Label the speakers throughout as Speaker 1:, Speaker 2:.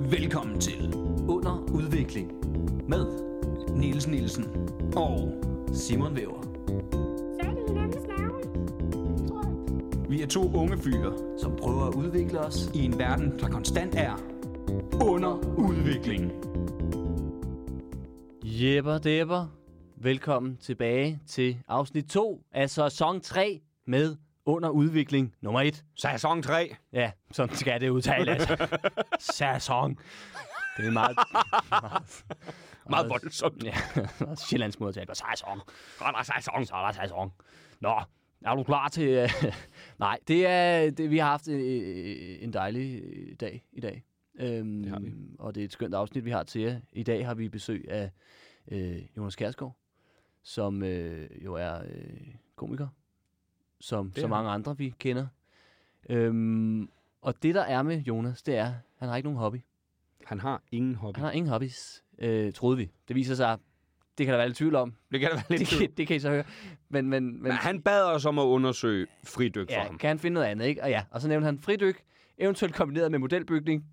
Speaker 1: Velkommen til
Speaker 2: Under udvikling med
Speaker 1: Niels Nielsen og
Speaker 2: Simon Væver,
Speaker 3: Sagde de hinandens navne? Tror jeg.
Speaker 1: vi er to unge fyre
Speaker 2: som prøver at udvikle os.
Speaker 1: i en verden, der konstant er under udvikling.
Speaker 4: Jepper Depper, velkommen tilbage til afsnit 2 af sæson 3 med Under Udvikling nummer 1.
Speaker 5: Sæson 3.
Speaker 4: Ja, sådan skal det udtales. sæson. Det er meget...
Speaker 5: Meget voldsomt.
Speaker 4: ja, meget Sjællands måde at tale på. Sæson.
Speaker 5: Godt nok sæson.
Speaker 4: Så er der sæson. Nå, er du klar til... øh, Nej, det er... Det, vi har haft øh, en dejlig øh, dag i dag. Øhm, det har vi. Og det er et skønt afsnit, vi har til jer. I dag har vi besøg af øh, Jonas Kærsgaard, som øh, jo er øh, komiker, som så mange andre, vi kender. Øhm, og det, der er med Jonas, det er, han har ikke nogen hobby.
Speaker 5: Han har ingen hobby.
Speaker 4: Han har ingen hobbies, øh, troede vi. Det viser sig, det kan der være lidt tvivl om.
Speaker 5: Det kan da være
Speaker 4: Det
Speaker 5: lidt
Speaker 4: kan, det kan I så høre. Men, men, men,
Speaker 5: Men han bad os om at undersøge fridyk for
Speaker 4: ja,
Speaker 5: ham.
Speaker 4: kan han finde noget andet, ikke? Og ja, og så nævnte han fridyk, eventuelt kombineret med modelbygning.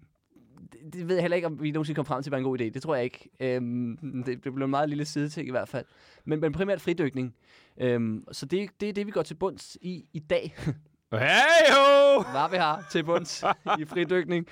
Speaker 4: Det, det ved jeg heller ikke, om vi nogensinde kom frem til, at var en god idé. Det tror jeg ikke. Øhm, det, det blev en meget lille sideting i hvert fald. Men, men primært fridykning. Øhm, så det, det er det, vi går til bunds i i dag.
Speaker 5: Hey ho!
Speaker 4: Var vi her til bunds i fridykning.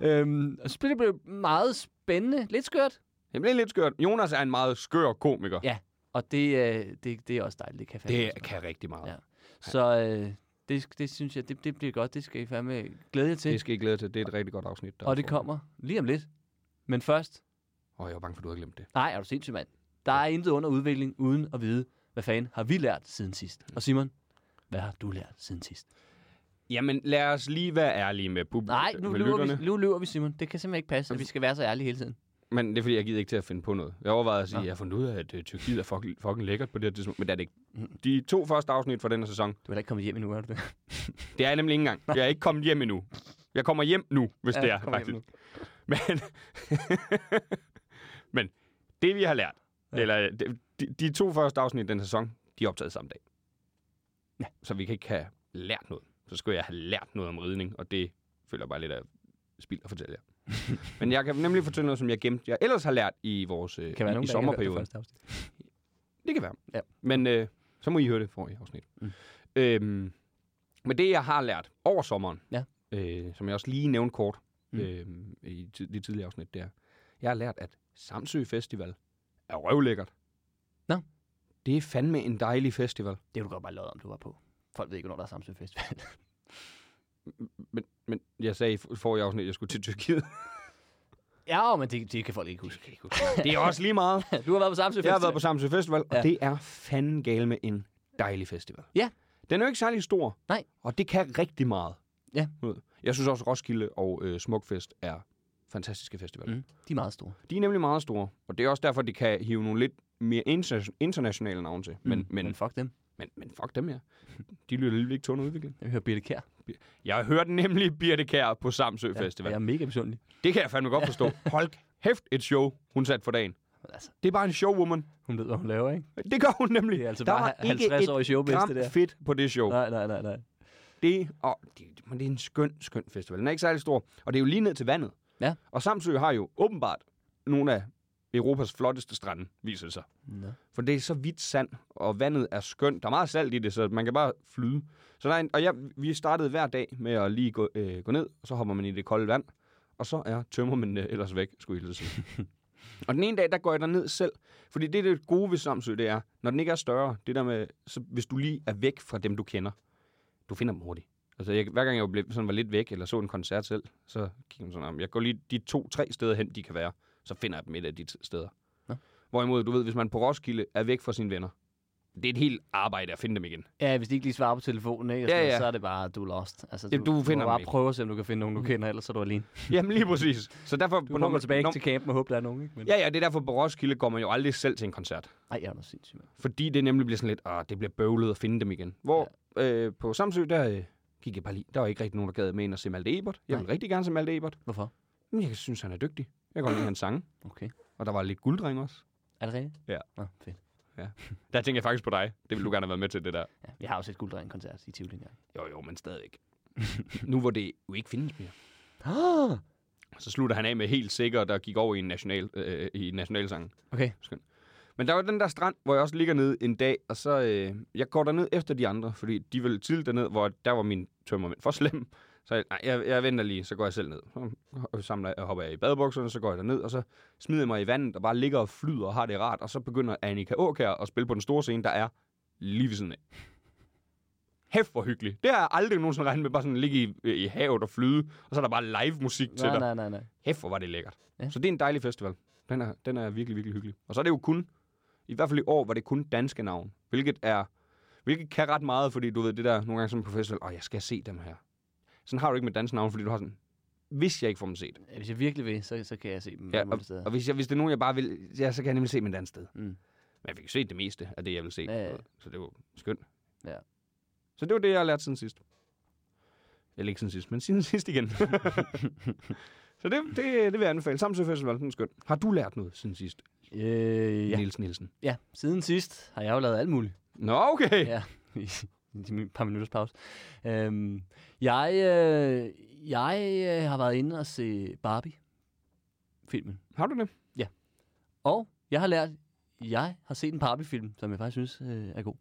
Speaker 4: Øhm, og så blev det blev meget spændende. Lidt skørt.
Speaker 5: Det blev lidt skørt. Jonas er en meget skør komiker.
Speaker 4: Ja, og det, øh, det, det er også dejligt. Det kan fandme også
Speaker 5: Det
Speaker 4: noget.
Speaker 5: kan rigtig meget.
Speaker 4: Ja. Så øh, det, det synes jeg, det, det bliver godt. Det skal I fandme glæde jer til.
Speaker 5: Det skal I glæde jer til. Det er et rigtig godt afsnit. Der
Speaker 4: Og det kommer lige om lidt. Men først,
Speaker 5: Og jeg var bange for, at du havde glemt det.
Speaker 4: nej, er du sindssyg mand. Der er intet under udvikling, uden at vide, hvad fanden har vi lært siden sidst. Og Simon, hvad har du lært siden sidst?
Speaker 5: Jamen, lad os lige være ærlige med publikum.
Speaker 4: Nej, nu
Speaker 5: med
Speaker 4: løber
Speaker 5: lytterne. Altså-
Speaker 4: vi, nu løber vi, Simon. Det kan simpelthen ikke passe, at vi skal være så ærlige hele tiden.
Speaker 5: Men det er fordi, jeg gider ikke til at finde på noget. Jeg overvejede at sige, at jeg har fundet ud af, at øh, Tyrkiet er fucking, fucking lækkert på det her tidspunkt. Men det er det ikke. De to første afsnit fra denne sæson,
Speaker 4: Du er heller ikke kommet hjem endnu, er du det?
Speaker 5: Det er jeg nemlig ikke engang. Jeg er ikke kommet hjem endnu. Jeg kommer hjem nu, hvis
Speaker 4: Ja,
Speaker 5: ja, det
Speaker 4: du
Speaker 5: er
Speaker 4: kommer hjem
Speaker 5: faktisk. Men, men det, vi har lært, ja. eller de, de- de to første afsnit i den sæson, de er optaget samme dag. Ja. Så vi kan ikke have lært noget. Så skulle jeg have lært noget om ridning, og det føler jeg bare lidt af spild at fortælle jer. men jeg kan nemlig fortælle noget, som jeg gemte, jeg ellers har lært i vores øh,
Speaker 4: Kan være
Speaker 5: i
Speaker 4: nogen, der ikke har hørt det
Speaker 5: sommerperioden.
Speaker 4: første afsnit.
Speaker 5: Det kan være.
Speaker 4: Ja.
Speaker 5: Men øh, så må I høre det for i afsnit. Mm. Øhm, men det, jeg har lært over sommeren,
Speaker 4: Ja.
Speaker 5: øh, som jeg også lige nævnte kort
Speaker 4: Mm.
Speaker 5: mm. øh, i ti- det tidligere afsnit, det er, jeg har lært, at Samsø Festival er røvlækkert.
Speaker 4: Nå.
Speaker 5: Det er fandme en dejlig festival.
Speaker 4: Det kunne du godt bare løjet om, du var på. Folk ved ikke, hvornår der er Samsø Festival.
Speaker 5: Men, men jeg sagde i f- forrige afsnit, at jeg skulle til Tyrkiet.
Speaker 4: ja, men det, det kan folk ikke huske.
Speaker 5: det er også lige meget.
Speaker 4: Du har været på Samsø Festival.
Speaker 5: Jeg har været på Samsø Festival, og
Speaker 4: Ja.
Speaker 5: ja. det er fanden gale med en dejlig festival.
Speaker 4: Ja.
Speaker 5: Den er jo ikke særlig stor.
Speaker 4: Nej.
Speaker 5: Og det kan rigtig meget.
Speaker 4: Ja.
Speaker 5: Ud. Jeg synes også, Roskilde og øh, Smukfest er fantastiske festivaler.
Speaker 4: Mm, de er meget store.
Speaker 5: Mm. De er nemlig meget store, og det er også derfor, de kan hive nogle lidt mere interna- internationale navne til. Men, mm. men,
Speaker 4: men
Speaker 5: men,
Speaker 4: fuck dem.
Speaker 5: men, men fuck dem, ja. De lytter lidt ikke til udvikling.
Speaker 4: Jeg hører Birte Kær.
Speaker 5: Jeg hørte nemlig Birte Kær på Samsø ja, Festival.
Speaker 4: Jeg er mega misundelig.
Speaker 5: Det kan jeg fandme godt forstå. Hold kæft et show, hun satte for dagen.
Speaker 4: Men Altså,
Speaker 5: Det er bare en showwoman.
Speaker 4: hun ved, hvad hun laver, ikke?
Speaker 5: Det gør hun nemlig.
Speaker 4: Det er altså
Speaker 5: der
Speaker 4: bare
Speaker 5: var
Speaker 4: ha-
Speaker 5: ikke
Speaker 4: 50
Speaker 5: et
Speaker 4: år i showbiz,
Speaker 5: gram
Speaker 4: det der.
Speaker 5: fedt på det show.
Speaker 4: Nej, nej, nej, nej.
Speaker 5: Det, og det, men det er en skøn, skøn festival. Den er ikke særlig stor, og det er jo lige ned til vandet.
Speaker 4: Ja.
Speaker 5: Og Samsø har jo åbenbart nogle af Europas flotteste strande, viser det sig.
Speaker 4: Nå.
Speaker 5: For det er så hvidt sand, og vandet er skønt. Der er meget salt i det, så man kan bare flyde. Så der er en, og jeg, vi startede hver dag med at lige gå, øh, gå ned, og så hopper man i det kolde vand. Og så er tømmermændene ellers væk, skulle jeg hilse at sige. og den ene dag, der går jeg derned selv. Fordi det, det gode ved Samsø, det er, når den ikke er større, det der med, så hvis du lige er væk fra dem, du kender, du finder dem hurtigt. Altså, jeg, hver gang jeg blev, sådan var lidt væk, eller så en koncert selv, så gik man sådan om, jeg går lige de to-tre steder hen, de kan være, så finder jeg dem et af de t- steder.
Speaker 4: Nå.
Speaker 5: Hvorimod, du ved, hvis man på Roskilde er væk fra sine venner, det er et helt arbejde at finde dem igen.
Speaker 4: Ja, hvis de ikke lige svarer på telefonen, ikke? Og
Speaker 5: Ja,
Speaker 4: sådan noget,
Speaker 5: ja.
Speaker 4: så er det bare, du er lost. Altså,
Speaker 5: Ja, du finder
Speaker 4: må bare
Speaker 5: dem ikke. Mm.
Speaker 4: prøve at se, om du kan finde nogen, du kender, ellers er du alene.
Speaker 5: Jamen lige præcis. Så derfor...
Speaker 4: Du kommer tilbage til campen og håber, der er nogen, ikke? Men...
Speaker 5: Ja, ja, det er derfor på Roskilde går man jo aldrig selv til en koncert.
Speaker 4: Ej, jeg er noget sindssyg, mand.
Speaker 5: Fordi det nemlig bliver sådan lidt, ah, det bliver bøvlet at finde dem igen. Hvor øh, på Samsø, der øh, gik jeg bare lige. Der var ikke rigtig nogen, der gad med ind og se Malte Ebert. Jeg vil
Speaker 4: Nej.
Speaker 5: rigtig gerne se Malte Ebert.
Speaker 4: Hvorfor?
Speaker 5: Men jeg synes, han er dygtig. Jeg kan godt lide hans sange.
Speaker 4: Okay.
Speaker 5: Og der var lidt gulddreng også.
Speaker 4: Er det rigtigt?
Speaker 5: Ja.
Speaker 4: Nå, fedt.
Speaker 5: Der tænker jeg faktisk på dig. Det ville du gerne have været med til, det der.
Speaker 4: Ja, jeg har også et gulddreng-koncert i Tivoli engang.
Speaker 5: Jo, jo, men stadigvæk. nu hvor det jo ikke findes mere.
Speaker 4: Ah!
Speaker 5: Så slutter han af med helt sikkert, der gik over i en national, øh, i nationalsangen.
Speaker 4: Okay.
Speaker 5: Men der var den der strand, hvor jeg også ligger ned en dag, og så... Øh, jeg går derned efter de andre, fordi de ville tidligt derned, hvor der var min tømmermænd for slem. Så jeg, nej, jeg, jeg venter lige, så går jeg selv ned. Så ho- samler, jeg- hopper jeg i badebukserne, så går jeg derned, og så smider jeg mig i vandet, og bare ligger og flyder og har det rart. Og så begynder Annika Åkær at spille på den store scene, der er lige ved siden af. Hæft hvor hyggeligt. Det har jeg aldrig nogensinde regnet med, bare sådan at ligge i, i havet og flyde, og så er der bare live musik til
Speaker 4: Nej,
Speaker 5: dig.
Speaker 4: nej, nej, nej.
Speaker 5: Hæft, hvor var det lækkert.
Speaker 4: Ja.
Speaker 5: Ja. Så det er en dejlig festival. Den er, den er virkelig, virkelig hyggelig. Og så er det jo kun, i hvert fald i år, var det kun danske navn. Hvilket er, hvilket kan ret meget, fordi du ved det der, nogle gange som på festival, åh, jeg skal se dem her. Sådan har du ikke med danske navn, fordi du har sådan, hvis jeg ikke får dem set.
Speaker 4: Hvis jeg virkelig vil, så, så kan jeg se dem
Speaker 5: Ja,
Speaker 4: ja,
Speaker 5: og,
Speaker 4: nogle steder.
Speaker 5: og hvis, jeg, hvis det er nogen, jeg bare vil, ja, så kan jeg nemlig se dem et andet sted.
Speaker 4: Mm.
Speaker 5: Men jeg fik jo set det meste af det, jeg ville se.
Speaker 4: Ja, ja.
Speaker 5: Så det var skønt.
Speaker 4: Ja.
Speaker 5: Så det var det, jeg har lært siden sidst. Eller ikke siden sidst, men siden sidst igen. så det, det, det vil jeg anbefale. Samsø Festival, den er skøn. Har du lært noget siden sidst,
Speaker 4: Øh,
Speaker 5: ja.
Speaker 4: ja.
Speaker 5: Niels Nielsen?
Speaker 4: ja, siden sidst har jeg jo lavet alt muligt.
Speaker 5: Nå, okay.
Speaker 4: Ja, i i min par minutters pause. Øhm, jeg øh, jeg øh, har været inde og se Barbie-filmen.
Speaker 5: Har du det?
Speaker 4: Og jeg har lært, jeg har set en Barbie-film, som jeg faktisk synes øh, er god.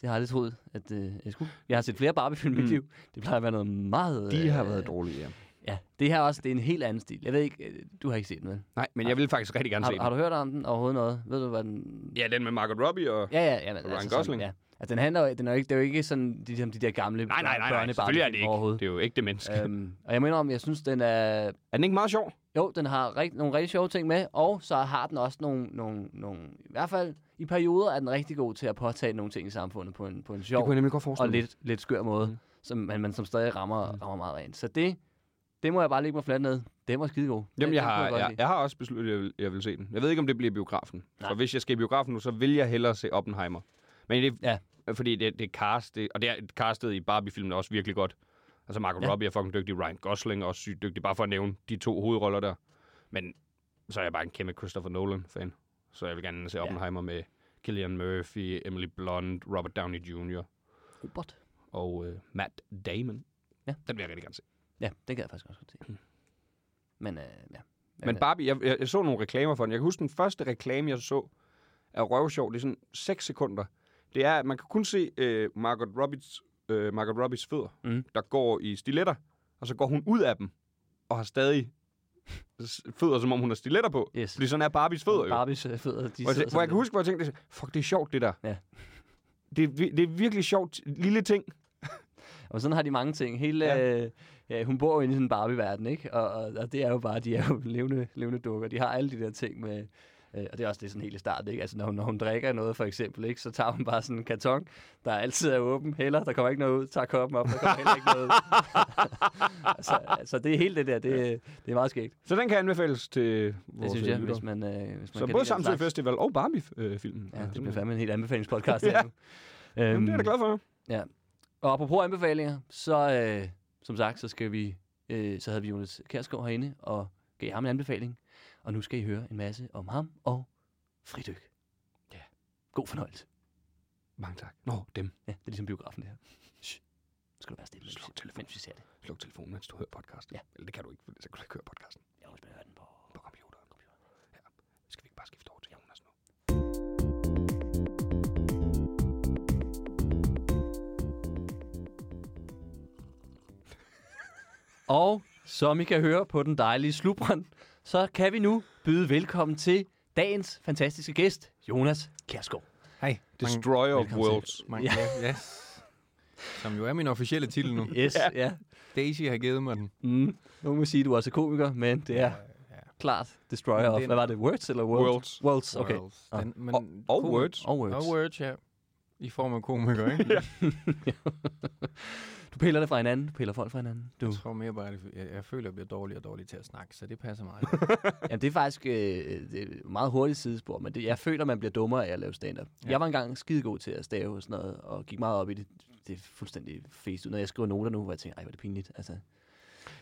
Speaker 4: Det har jeg aldrig troet, at øh, jeg skulle. Jeg har set flere Barbie-film i mit
Speaker 5: Mm.
Speaker 4: liv. Det plejer at være noget meget...
Speaker 5: De har
Speaker 4: øh,
Speaker 5: været dårlige, ja.
Speaker 4: Ja, det her også, det er en helt anden stil. Jeg ved ikke, øh, du har ikke set den, vel?
Speaker 5: Nej, men jeg vil faktisk rigtig gerne se
Speaker 4: Har, har
Speaker 5: den.
Speaker 4: du hørt om den overhovedet noget? Ved du, hvad den...
Speaker 5: Ja, den med Margot Robbie og...
Speaker 4: Ja, ja, ja. Men,
Speaker 5: Ryan
Speaker 4: Sådan,
Speaker 5: Gosling.
Speaker 4: ja. Altså, den handler jo, den er jo ikke, det er jo ikke sådan, ligesom de, som de der gamle
Speaker 5: Nej, nej, nej, nej.
Speaker 4: børne-
Speaker 5: Selvfølgelig er det
Speaker 4: Barbie-film
Speaker 5: ikke.
Speaker 4: overhovedet.
Speaker 5: Det er jo ægte menneske.
Speaker 4: Øhm, og jeg mener om, jeg synes, den er...
Speaker 5: Er den ikke meget sjov?
Speaker 4: Jo, den har rigt, nogle rigtig sjove ting med, og så har den også nogle, nogle, nogle... I hvert fald i perioder er den rigtig god til at påtage nogle ting i samfundet på en, på en
Speaker 5: Det
Speaker 4: sjov
Speaker 5: kunne jeg nemlig godt
Speaker 4: og
Speaker 5: forestille mig.
Speaker 4: lidt, lidt skør måde,
Speaker 5: Mm.
Speaker 4: som man, man som stadig rammer, rammer meget rent. Så det, det må jeg bare lægge mig fladt ned. Det var skidegod. Den-
Speaker 5: Jamen, jeg
Speaker 4: den kunne
Speaker 5: har,
Speaker 4: godt
Speaker 5: jeg,
Speaker 4: lide.
Speaker 5: jeg har også besluttet, at jeg vil, jeg vil se den. Jeg ved ikke, om det bliver i biografen.
Speaker 4: Nej.
Speaker 5: Nej. For hvis jeg skal i biografen nu, så vil jeg hellere se Oppenheimer. Men det,
Speaker 4: Ja.
Speaker 5: ja. fordi det, det er cast, det, og det er castet i Barbie-filmen er også virkelig godt. Altså, Margot
Speaker 4: Ja.
Speaker 5: ja. Robbie er fucking dygtig, Ryan Gosling er også sygt dygtig, bare for at nævne de to hovedroller der. Men så er jeg bare en kæmpe Christopher Nolan-fan. Så jeg vil gerne se Oppenheimer ja. med Killian Murphy, Emily Blunt, Robert Downey Jr.
Speaker 4: Robert.
Speaker 5: og øh, Matt Damon.
Speaker 4: Ja.
Speaker 5: Den vil jeg rigtig gerne se.
Speaker 4: Ja, den kan jeg faktisk også godt
Speaker 5: Mm.
Speaker 4: se. Men øh, ja.
Speaker 5: Men Barbie, jeg, jeg, jeg så nogle reklamer for den. Jeg kan huske den første reklame, jeg så, er røvsjov. Det er sådan 6 sekunder. Det er, at man kan kun se øh, Margot, Robbies, øh, Margot Robbies fødder,
Speaker 4: Mm.
Speaker 5: mm. der går i stiletter, og så går hun ud af dem, og har stadig s- fødder, som om hun har stiletter på.
Speaker 4: Yes.
Speaker 5: Fordi sådan er Barbies fødder jo.
Speaker 4: Barbies øh, fødder, de
Speaker 5: Hvor jeg,
Speaker 4: sidder
Speaker 5: tæ- hvor jeg kan
Speaker 4: sådan-
Speaker 5: huske, hvor jeg tænkte, fuck, det er sjovt, det der.
Speaker 4: Ja.
Speaker 5: Det, er vi- det er virkelig sjovt, lille ting.
Speaker 4: Og sådan har de mange ting. Hele, ja. Øh, ja, hun bor jo inde i sådan en Barbie-verden, ikke? Og, og, og, det er jo bare, de er jo levende, levende dukker. De har alle de der ting med... Øh, og det er også det sådan helt i starten, ikke? Altså, når hun, når hun drikker noget, for eksempel, ikke? Så tager hun bare sådan en karton, der altid er åben. Heller, der kommer ikke noget ud. Tager koppen op, der kommer heller ikke noget ud. altså, altså, det er helt det der. Det, øh, det er meget skægt.
Speaker 5: Så den kan anbefales til vores
Speaker 4: Det synes jeg,
Speaker 5: lyttere.
Speaker 4: hvis man, øh, hvis man
Speaker 5: Så
Speaker 4: kan
Speaker 5: både
Speaker 4: lide den
Speaker 5: Samsø
Speaker 4: slags.
Speaker 5: Festival og øh, Barbie-filmen.
Speaker 4: Ja, det bliver fandme en helt anbefalingspodcast.
Speaker 5: Ja.
Speaker 4: ja. Øhm,
Speaker 5: Altså, Jamen, det er jeg da glad for.
Speaker 4: Og apropos anbefalinger, så øh, som sagt, så skal vi, øh, så havde vi Jonas Kærsgaard herinde og gav ham en anbefaling. Og nu skal I høre en masse om ham og fridyk. Ja. God fornøjelse.
Speaker 5: Mange tak. Nå, dem.
Speaker 4: Ja, det er ligesom biografen det her. Shh. Nu Skal du være stille, mens,
Speaker 5: Sluk
Speaker 4: vi-
Speaker 5: telefonen.
Speaker 4: mens vi ser det.
Speaker 5: Sluk telefonen, mens du hører podcasten.
Speaker 4: Ja.
Speaker 5: Ja. Eller det kan du ikke, for så kan du ikke høre podcasten
Speaker 4: Jeg vil høre den på.
Speaker 5: på computeren. Ja. Skal vi ikke bare skifte over til Jonas nu?
Speaker 4: Og som I kan høre på den dejlige slubren, så kan vi nu byde velkommen til dagens fantastiske gæst, Jonas Kærsgaard.
Speaker 6: Hej.
Speaker 5: Destroyer of Worlds.
Speaker 6: Mange, ja. yes. Som jo er min officielle titel nu.
Speaker 4: Yes, ja. ja.
Speaker 6: Daisy har givet mig den.
Speaker 4: Mm. Nogen vil sige, at du også er komiker, men det er
Speaker 6: ja.
Speaker 4: klart Destroyer
Speaker 6: Men
Speaker 4: of...
Speaker 6: det er-
Speaker 4: Hvad var det? Words eller Worlds?
Speaker 5: Worlds.
Speaker 4: Worlds, okay. Ah.
Speaker 6: Worlds. Den, men,
Speaker 5: Og, og
Speaker 6: kom-
Speaker 5: Words.
Speaker 4: Og Words.
Speaker 6: Og Words, ja. I form af komiker, ikke? ja.
Speaker 4: Du piller det fra hinanden, du piller folk fra hinanden. Du.
Speaker 6: Jeg tror mere bare, at jeg, jeg føler, at jeg bliver dårligere og dårligere til at snakke, så det passer meget.
Speaker 4: Jamen, det er faktisk øh, det er et meget hurtigt sidespor, men det, jeg føler, man bliver dummere af at lave stand-up. Ja.
Speaker 6: Ja.
Speaker 4: Jeg var engang skidegod til at stave og sådan noget, og gik meget op i det. Det er fuldstændig fest ud. Når jeg skriver noter nu, hvor jeg tænker, ej, hvor er det pinligt. Altså,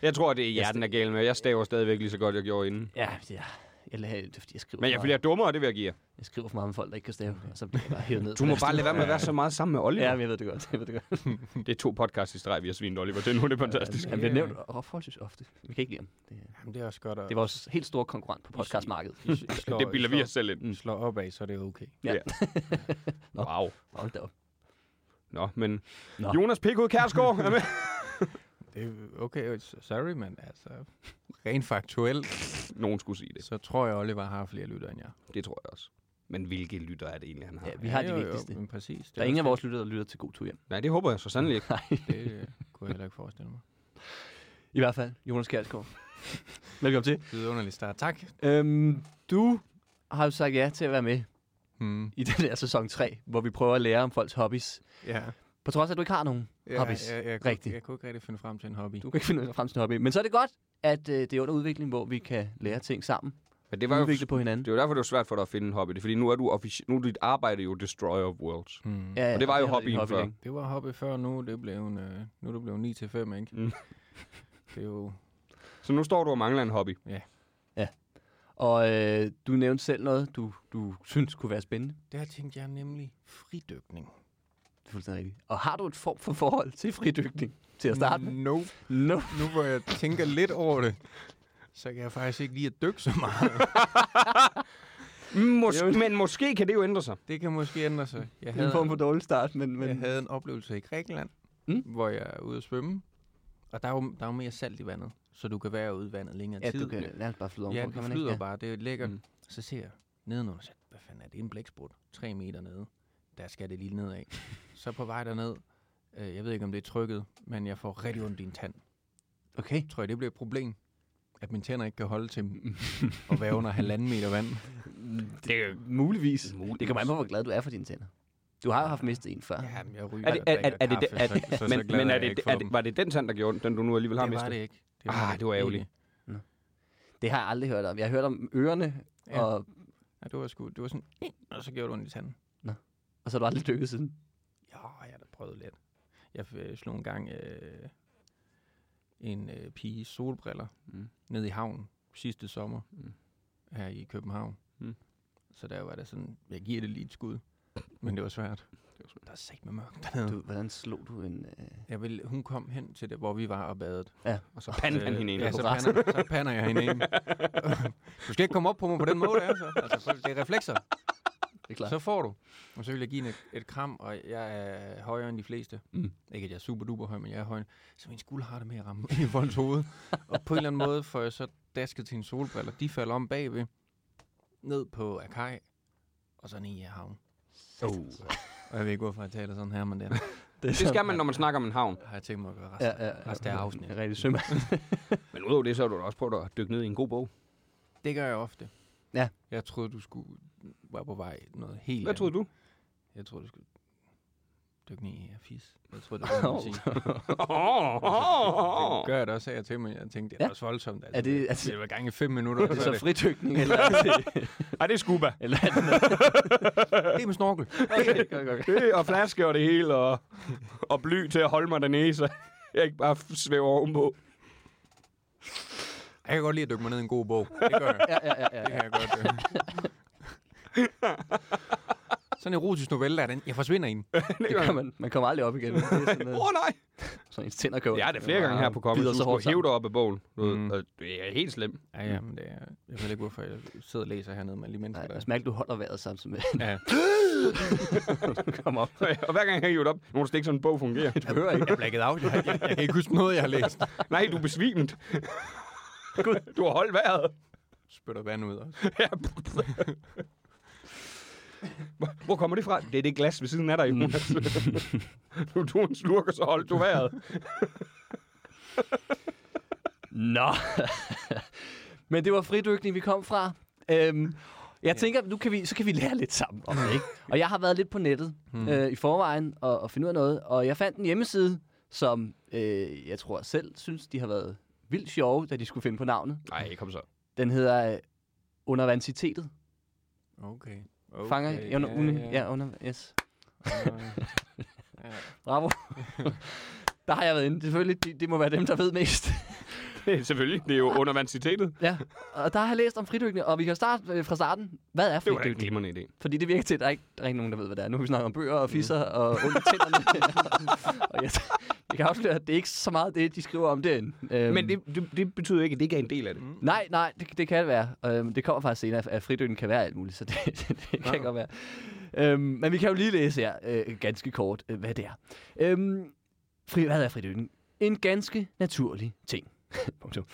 Speaker 5: Jeg tror, det er hjerten, der er gal med. Jeg staver stadigvæk lige så godt, jeg gjorde inden.
Speaker 4: ja, jeg, jeg, lader, det er, fordi jeg skriver
Speaker 5: Men jeg
Speaker 4: for
Speaker 5: føler, jeg er dummere, det vil jeg give jer.
Speaker 4: meget, jeg skriver for meget med folk, der ikke kan stave, og så bliver jeg bare hævet ned.
Speaker 5: Du må bare lade være med at være så meget sammen med
Speaker 4: Ja,
Speaker 5: Oliver.
Speaker 4: men jeg ved det godt, jeg ved det godt.
Speaker 5: Det er to podcasts i streg, vi har svinet Oliver. Det er nu, det er fantastisk.
Speaker 4: Han bliver nævnt og forholdsvis ofte. Vi kan ikke lide ham. Det, er-
Speaker 6: Jamen, det er også godt at...
Speaker 4: Det er vores helt store konkurrent på podcastmarkedet.
Speaker 6: I slår,
Speaker 5: det bilder
Speaker 6: I
Speaker 5: vi
Speaker 6: slår,
Speaker 5: os selv ind.
Speaker 6: I slår opad, så er det okay.
Speaker 4: Ja. Nå.
Speaker 5: Wow.
Speaker 4: Hold da op.
Speaker 5: Nå, men
Speaker 4: Nå.
Speaker 5: Nå. Jonas P.K. Kærsgaard er med.
Speaker 6: Det er okay, s- sorry, men altså... Rent faktuelt,
Speaker 5: Nogen skulle sige det.
Speaker 6: så tror jeg, Oliver har flere lytter end jeg.
Speaker 5: Det tror jeg også. Men hvilke lytter er det egentlig, han har?
Speaker 4: Ja, vi har
Speaker 6: Ja,
Speaker 4: de
Speaker 6: jo, jo,
Speaker 4: vigtigste.
Speaker 6: Men præcis.
Speaker 4: Der er ingen af vores lyttere, der lytter til god tur hjem.
Speaker 5: Nej, det håber jeg så sandelig ikke.
Speaker 6: Det øh, kunne jeg heller ikke forestille mig.
Speaker 4: I hvert fald, Jonas Kjærsgaard. Velkommen til.
Speaker 6: Det er underligt start. Tak.
Speaker 4: Øhm, du har jo sagt ja til at være med
Speaker 6: Hmm.
Speaker 4: i den her sæson 3, hvor vi prøver at lære om folks hobbies.
Speaker 6: Ja.
Speaker 4: På trods af, at du ikke har nogen.
Speaker 6: ja
Speaker 4: Hobbies.
Speaker 6: Jeg, jeg, jeg,
Speaker 4: Rigtigt.
Speaker 6: Kunne, jeg kunne ikke rigtig finde frem til en hobby.
Speaker 4: Du kan ikke finde ud af frem til en hobby. Men så er det godt, at øh, det er under udvikling, hvor vi kan lære ting sammen.
Speaker 5: Men det var jo,
Speaker 4: Udvikle på hinanden.
Speaker 5: det var derfor, det var svært for dig at finde en hobby. Det er fordi, nu er, du offici- nu er dit arbejde jo Destroyer of Worlds.
Speaker 6: Hmm.
Speaker 4: Ja,
Speaker 5: og det var jo
Speaker 4: har været din
Speaker 5: hobbyen før.
Speaker 4: længe.
Speaker 6: Det var hobby før, nu er det blev en, øh, nu er det blevet 9 til 5, ikke?
Speaker 5: Mm.
Speaker 6: Det er jo...
Speaker 5: Så nu står du og mangler en hobby.
Speaker 4: Og øh, du nævnte selv noget, du, du synes kunne være spændende.
Speaker 6: Der tænkte jeg nemlig fridykning.
Speaker 4: Det er fuldstændig rigtigt. Og har du et form for forhold til fridykning til at
Speaker 5: Mm.
Speaker 4: starte med?
Speaker 6: Nope.
Speaker 4: No.
Speaker 6: Nu hvor jeg tænker lidt over det, så kan jeg faktisk ikke lide at dykke så meget.
Speaker 5: Mås- men måske kan det jo ændre sig.
Speaker 6: Det kan måske ændre sig. Jeg
Speaker 4: Det er en form for dårlig start, men... men...
Speaker 6: jeg havde en oplevelse i Grækenland,
Speaker 4: Mm.
Speaker 6: mm? hvor jeg er ude at svømme. Og der er, jo, der er jo mere salt i vandet, så du kan være ude i vandet længere
Speaker 4: ja,
Speaker 6: tid.
Speaker 4: du kan nærmest bare flyde om.
Speaker 6: ja,
Speaker 4: kan
Speaker 6: det
Speaker 4: man
Speaker 6: flyder
Speaker 4: ikke?
Speaker 6: bare. Det er lækkert.
Speaker 5: Mm.
Speaker 6: Mm. Så ser jeg nedenunder, så, hvad fanden er det? En blæksprut. Tre meter nede. Der skal det lige nedad. så på vej derned, øh, jeg ved ikke, om det er trykket, men jeg får rigtig ondt i en tand.
Speaker 4: Ja. Okay.
Speaker 6: Tror jeg, det bliver et problem, at mine tænder ikke kan holde til at være under halvanden meter vand.
Speaker 4: Det er muligvis. muligvis. Det kommer an på, hvor glad du er for dine tænder. Du har jo haft mistet en før. Ja.
Speaker 6: Jamen, jeg ryger
Speaker 5: Er det, er, er, er det,
Speaker 6: drikker
Speaker 5: er,
Speaker 6: kaffe, så, så,
Speaker 5: er,
Speaker 6: så
Speaker 5: men,
Speaker 6: glad
Speaker 5: men
Speaker 6: er
Speaker 5: er
Speaker 6: jeg
Speaker 5: det,
Speaker 6: ikke for
Speaker 5: er
Speaker 6: dem.
Speaker 5: det, var det den tand, der gjorde ondt, den du nu alligevel har
Speaker 6: det var
Speaker 5: mistet?
Speaker 6: det ikke.
Speaker 5: Ah, det var
Speaker 6: ikke.
Speaker 5: ærgerligt.
Speaker 4: Det har jeg aldrig hørt om. Jeg har hørt om ørerne, ja.
Speaker 6: Ja.
Speaker 4: og,
Speaker 6: Ja, det var sgu, det var sådan, "Eh", og så gjorde du ondt i tanden.
Speaker 4: og så har du aldrig dykket siden.
Speaker 6: Ja, jeg har da prøvet lidt. Jeg øh, slog en gang øh, en øh, pige solbriller
Speaker 5: Mm.
Speaker 6: mm. ned i havnen sidste sommer
Speaker 5: Mm.
Speaker 6: mm. her i København.
Speaker 5: Mm.
Speaker 6: Mm. Så der var det sådan, jeg giver det lige et skud, men det var svært. Der er sæt med mørkt dernede.
Speaker 4: Du, hvordan slog du en... Øh...
Speaker 6: Jeg vil, hun kom hen til det, hvor vi var og badet.
Speaker 5: Og så pandte han
Speaker 6: Øh,
Speaker 5: hende
Speaker 6: Ja,
Speaker 5: egentlig.
Speaker 6: så
Speaker 4: på græs.
Speaker 6: pander, så pander jeg hende ind. du skal ikke komme op på mig på den måde, der, så. Altså, det er reflekser.
Speaker 4: Det er klart.
Speaker 6: Så får du. Og så vil jeg give en et, et kram, og jeg er højere end de fleste.
Speaker 4: Mm.
Speaker 6: Mm. Ikke, at jeg er super duper høj, men jeg er højere. Så min skulder har det med at ramme i folks hoved. og på en eller anden måde får jeg så dasket til en solbriller. De falder om bagved, ned på Akai, og så ned i havn.
Speaker 5: Oh.
Speaker 6: Og jeg ved ikke, hvorfor jeg taler sådan her, men det Altså,
Speaker 5: Det skal man, når man snakker om en havn.
Speaker 6: har jeg tænkt mig at gøre resten,
Speaker 4: Ja,
Speaker 6: ja,
Speaker 4: ja, ja.
Speaker 6: resten af afsnit.
Speaker 4: En rigtig sømand.
Speaker 5: Men udover det, så har du da også prøvet at dykke ned i en god bog.
Speaker 6: Det gør jeg ofte.
Speaker 4: Ja.
Speaker 6: Jeg troede, du skulle var på vej noget helt
Speaker 5: Hvad troede du?
Speaker 6: du? Jeg troede, du skulle dykke ned i her fis. Jeg troede, det var noget, sige. Det gør jeg da også af og til, men jeg tænkte, det er
Speaker 4: Ja.
Speaker 6: ja. også voldsomt. Altså.
Speaker 4: Er det- altså-
Speaker 6: altså, det var gang i fem minutter, og
Speaker 4: Det er
Speaker 6: så er
Speaker 4: så
Speaker 6: det,
Speaker 4: fritykning, eller... eller-
Speaker 5: Ej, det er scuba.
Speaker 4: eller
Speaker 6: det er med snorkel.
Speaker 4: okay, okay, okay.
Speaker 5: Det og flaske og det hele, og, og bly til at holde mig dernede, så jeg ikke bare svæver ovenpå.
Speaker 6: Jeg kan godt lide at dykke mig ned i en god bog. Det gør jeg.
Speaker 4: Ja, ja, ja, ja.
Speaker 6: Det kan jeg godt. Øh. Sådan en erotisk novelle er den. Jeg forsvinder i den.
Speaker 4: Det kan man. Man kommer aldrig op igen. Det er sådan,
Speaker 5: Åh,
Speaker 4: øh,
Speaker 5: oh, nej!
Speaker 4: sådan ens tænder kører.
Speaker 5: Jeg er det flere gange her på Comedy.
Speaker 4: Bider
Speaker 5: Du
Speaker 4: så hårdt
Speaker 5: skulle hæve dig op af bogen. Du,
Speaker 6: Mm.
Speaker 5: mm. og det er helt slemt.
Speaker 6: Ja, ja, men det er, jeg ved ikke, hvorfor jeg sidder og læser hernede med lige
Speaker 4: Nej,
Speaker 6: mennesker der.
Speaker 4: jeg mærker, du holder vejret samtidig med,
Speaker 6: Ja.
Speaker 4: at komme op.
Speaker 5: og hver gang jeg hæver op, nu er det ikke sådan, en bog fungerer.
Speaker 4: Du hører ikke.
Speaker 6: Jeg er blækket af. Jeg, jeg, jeg, kan ikke huske noget, jeg har læst.
Speaker 5: nej, du er besvimet. du har holdt vejret.
Speaker 6: Spytter vand ud også.
Speaker 5: Ja. Hvor- Hvor kommer det fra? Det er det glas ved siden af dig, Jonas. du tog en slurk, og så holdt du vejret.
Speaker 4: Nå. Men det var fridykning, vi kom fra. Øhm, jeg tænker, nu kan vi, så kan vi lære lidt sammen om det, ikke? Og jeg har været lidt på nettet øh, i forvejen og, og finde ud af noget, og jeg fandt en hjemmeside, som øh, jeg tror selv synes, de har været vildt sjove, da de skulle finde på navnet.
Speaker 5: Nej, kom så.
Speaker 4: Den hedder øh, Undervandensitetet.
Speaker 6: Okay.
Speaker 4: Okay, Fanger I? Under, ja, ja. ja, under, yes. Bravo. der har jeg været inde. Selvfølgelig, det, det må være dem, der ved mest.
Speaker 5: Selvfølgelig, det er jo undervandssitetet.
Speaker 4: Ja, og der har jeg læst om fridykkende, og vi kan starte øh, fra starten. Hvad er
Speaker 5: Det var da en
Speaker 4: fridykning?
Speaker 5: glimrende idé.
Speaker 4: Fordi det virker til, at der ikke der er ikke nogen, der ved, hvad det er. Nu har vi snakket om bøger
Speaker 5: Mm.
Speaker 4: og fisser og ondt i tænderne. og jeg, jeg kan afsløre, at det er ikke så meget det, de skriver om derinde. Øhm,
Speaker 5: Men det, det, det betyder ikke, at det ikke er en del af det.
Speaker 4: Mm. Nej, nej, det, det kan det være. Øhm, det kommer faktisk senere, at fridykken kan være alt muligt, så det, det, det kan godt være. Øhm, men vi kan jo lige læse her, øh, ganske kort, øh, hvad det er. Øhm, fri, hvad er fridykken? En ganske naturlig ting. Punktum.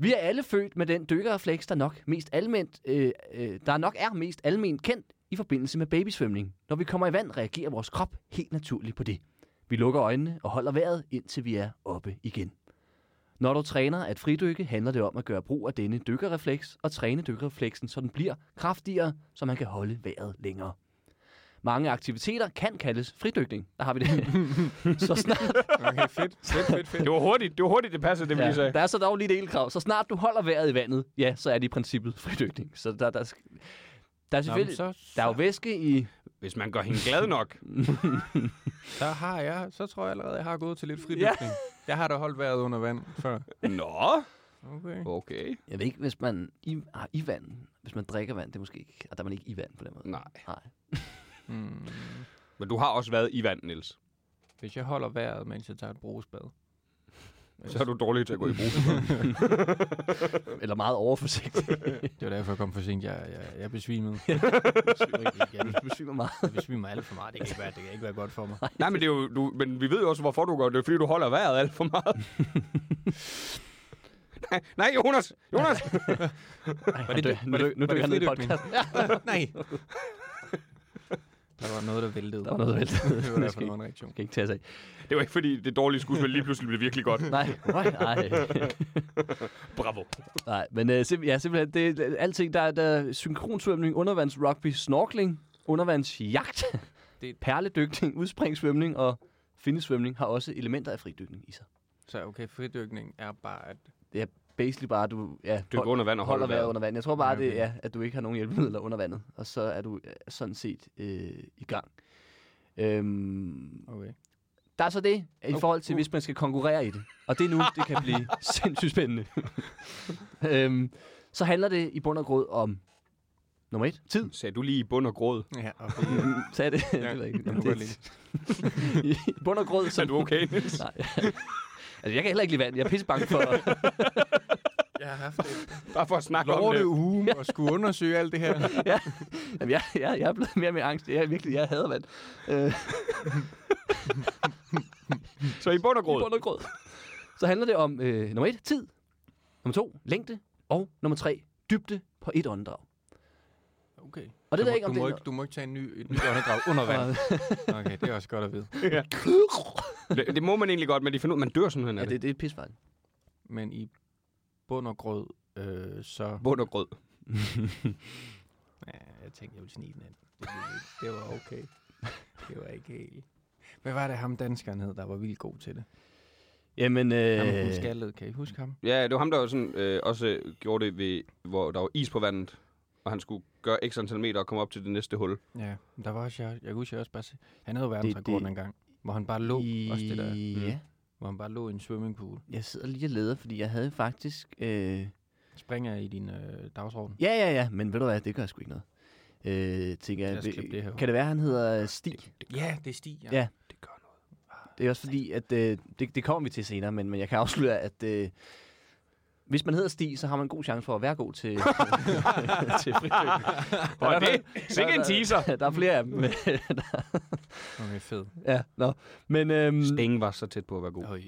Speaker 4: Vi er alle født med den dykkerrefleks, der nok mest alment, øh, øh, der nok er mest alment kendt i forbindelse med babysvømning. Når vi kommer i vand, reagerer vores krop helt naturligt på det. Vi lukker øjnene og holder vejret, indtil vi er oppe igen. Når du træner at fridykke, handler det om at gøre brug af denne dykkerrefleks og træne dykkerrefleksen, så den bliver kraftigere, så man kan holde vejret længere. Mange aktiviteter kan kaldes fridykning. Der har vi det. så snart,
Speaker 6: Okay, fedt. fedt, fedt, fedt.
Speaker 5: Det var hurtigt, det, var hurtigt, det passede, det vi lige
Speaker 4: ja,
Speaker 5: sagde.
Speaker 4: der er så dog lige et elkrav. Så snart du holder vejret i vandet, ja, så er det i princippet fridykning. Så der, der, sk- der er
Speaker 6: Nå, men
Speaker 4: selvfølgelig...
Speaker 6: så,
Speaker 4: der er jo væske i...
Speaker 5: Hvis man gør hende glad nok.
Speaker 6: der har jeg, så tror jeg allerede, jeg har gået til lidt fridykning. Jeg har da holdt vejret under vand før.
Speaker 5: Nå,
Speaker 6: Okay.
Speaker 5: okay.
Speaker 4: Jeg ved ikke, hvis man... I, ah, i vand. Hvis man drikker vand, det er måske ikke... Ah, der er man ikke i vand på den måde.
Speaker 5: Nej.
Speaker 4: Nej.
Speaker 6: Mm.
Speaker 5: Men du har også været i vand, Niels.
Speaker 6: Hvis jeg holder vejret, mens jeg tager et brusbad.
Speaker 5: Så er du dårlig til at gå i brug.
Speaker 4: Eller meget overforsigtig.
Speaker 6: Det var derfor, jeg kom for sent. Jeg, jeg, jeg besvimede. jeg
Speaker 4: Du besvimer meget.
Speaker 6: besvimer alt for meget. Det kan ikke være, det kan ikke være godt for mig.
Speaker 5: Nej, men, det er jo, du, men vi ved jo også, hvorfor du gør det. Det er, fordi du holder vejret alt for meget. nej, nej, Jonas! Jonas!
Speaker 4: Ej, han dø- nu
Speaker 6: var
Speaker 4: dø-
Speaker 6: det-
Speaker 4: nu
Speaker 6: var det
Speaker 4: dykker han ned i
Speaker 6: fridykning?
Speaker 4: podcasten.
Speaker 6: Nej. Der var noget, der væltede.
Speaker 4: Der var noget, der væltede.
Speaker 6: det var derfor, der var en reaktion.
Speaker 4: Kan ikke tage sig af.
Speaker 5: Det var ikke, fordi det dårlige skuespil lige pludselig blev virkelig godt.
Speaker 4: Nej, nej, nej.
Speaker 5: Bravo.
Speaker 4: nej. Men øh, sim- ja, simpelthen, det er alting. Der er, der er synkronsvømning, undervandsrugby, snorkling, undervandsjagt,
Speaker 6: Det-
Speaker 4: perledykning, udspringssvømning og findesvømning har også elementer af fridykning i sig.
Speaker 6: Så okay, fridykning er bare, at
Speaker 4: Det er basically bare, at du ja,
Speaker 5: Dyk under vand og
Speaker 4: holder
Speaker 5: hold
Speaker 4: vejret
Speaker 5: vejret.
Speaker 4: under vand. Jeg tror bare,
Speaker 6: Ja,
Speaker 4: det
Speaker 6: okay.
Speaker 4: er, at du ikke har nogen hjælpemidler under vandet, og så er du øh, sådan set øh, i gang. Øhm,
Speaker 6: Okay.
Speaker 4: Der er så det, i
Speaker 6: Oh,
Speaker 4: forhold til,
Speaker 6: uh.
Speaker 4: hvis man skal konkurrere i det. Og det er nu, det kan blive sindssygt spændende. øhm, så handler det i bund og grund om, nummer et, tid.
Speaker 5: Sagde du lige i bund og gråd?
Speaker 6: Ja, og
Speaker 4: Sagde jeg det?
Speaker 6: Ja,
Speaker 4: det ved jeg
Speaker 6: det
Speaker 4: ikke. Jamen,
Speaker 6: kunne
Speaker 4: det, I bund og grund, så...
Speaker 5: Er du okay, Niels?
Speaker 4: Nej. altså, jeg kan heller ikke lide vand. Jeg er pissebange for...
Speaker 6: jeg har haft et
Speaker 5: Bare for at snakke om
Speaker 6: lorte
Speaker 5: det.
Speaker 6: uge og skulle undersøge alt det her.
Speaker 4: ja, jamen, jeg, jeg, jeg er blevet mere og mere angst. Jeg, er virkelig, jeg hader vand. Øh,
Speaker 5: Så i bund og
Speaker 4: I
Speaker 5: grund.
Speaker 4: bund og grund. Så handler det om øh, nummer et, tid. Nummer to, længde. Og nummer tre, dybde på et åndedrag.
Speaker 6: Okay.
Speaker 4: Og det
Speaker 6: du,
Speaker 4: ved
Speaker 6: må,
Speaker 4: jeg ikke, om
Speaker 6: du,
Speaker 4: det
Speaker 6: må
Speaker 4: er
Speaker 6: ikke, du må ikke tage en ny, et nyt underdrag under vand. Okay, det er også godt at vide.
Speaker 5: Det, det må man egentlig godt, men de finder ud, man dør simpelthen
Speaker 4: Ja,
Speaker 5: af det.
Speaker 4: det, det er pisfejl.
Speaker 6: Men i bund og grød, øh, så...
Speaker 5: Bund og grød.
Speaker 6: Ja, jeg tænkte, jeg ville snige den anden. Det, blev- det var okay. Det var ikke helt... Hvad var det, ham danskeren hed, der var vildt god til det?
Speaker 4: Jamen, øh,
Speaker 6: Ham, hun skaldede, kan I huske ham?
Speaker 5: Ja, det var ham, der var sådan, øh, også øh, gjorde det, ved, hvor der var is på vandet, og han skulle gøre x antal meter og komme op til det næste hul.
Speaker 6: Ja, men der var også, jeg, jeg kan huske, jeg også bare se, han havde jo
Speaker 4: det-
Speaker 6: verdensrekorden en gang, hvor han bare lå, I... også det der, Mm.
Speaker 4: Ja,
Speaker 6: hvor han bare lå i en swimmingpool.
Speaker 4: jeg sidder lige og leder, fordi jeg havde faktisk... Øh...
Speaker 6: Springer i din øh, dagsorden.
Speaker 4: Ja, ja, ja, men ved du hvad, det gør sgu ikke noget. Øh, tænker
Speaker 6: Lad
Speaker 4: jeg,
Speaker 6: os klippe det her ud.
Speaker 4: kan det være, han hedder øh, Stig?
Speaker 6: Ja, det stiger.
Speaker 4: Ja.
Speaker 6: det gør noget.
Speaker 4: Det er også fordi, at øh, det, det kommer vi til senere, men, men jeg kan afsløre, at øh, hvis man hedder Stig, så har man en god chance for at være god til, til fritøjning.
Speaker 5: Og det, sikke en teaser.
Speaker 4: Der er flere af dem. men-
Speaker 6: Okay, fed.
Speaker 4: ja, nå. Men, øhm,
Speaker 5: Sting var så tæt på at være god.
Speaker 6: Øj.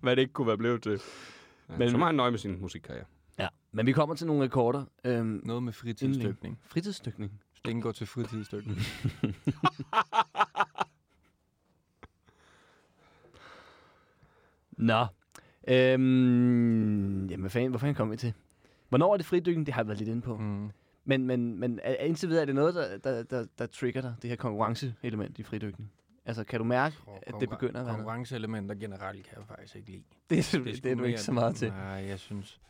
Speaker 5: Hvad det ikke kunne være blevet til. Ja,
Speaker 4: Men-
Speaker 5: men, så må han nøje med sin musikkarriere.
Speaker 4: ja, men vi kommer til nogle rekorder. Øhm,
Speaker 6: Noget med fritidsdykning.
Speaker 4: fritidsdykning.
Speaker 6: Sten går til fritidsdykning.
Speaker 4: Nå. Øhm, jamen, hvad fanden, hvor fanden kom vi til? Hvornår er det fridykning? Det har jeg været lidt inde på. Mm.
Speaker 6: Mm.
Speaker 4: Men, men, men er, er- indtil videre, er det noget, der, der, der, der trigger dig, det her konkurrenceelement i fridykning? Altså, kan du mærke, at det begynder at være noget?
Speaker 6: Konkurrenceelementer generelt kan jeg faktisk ikke lide.
Speaker 4: Det, det, det,
Speaker 6: sgu
Speaker 4: det er du ikke
Speaker 6: mere-
Speaker 4: så meget til.
Speaker 6: Nej, jeg synes...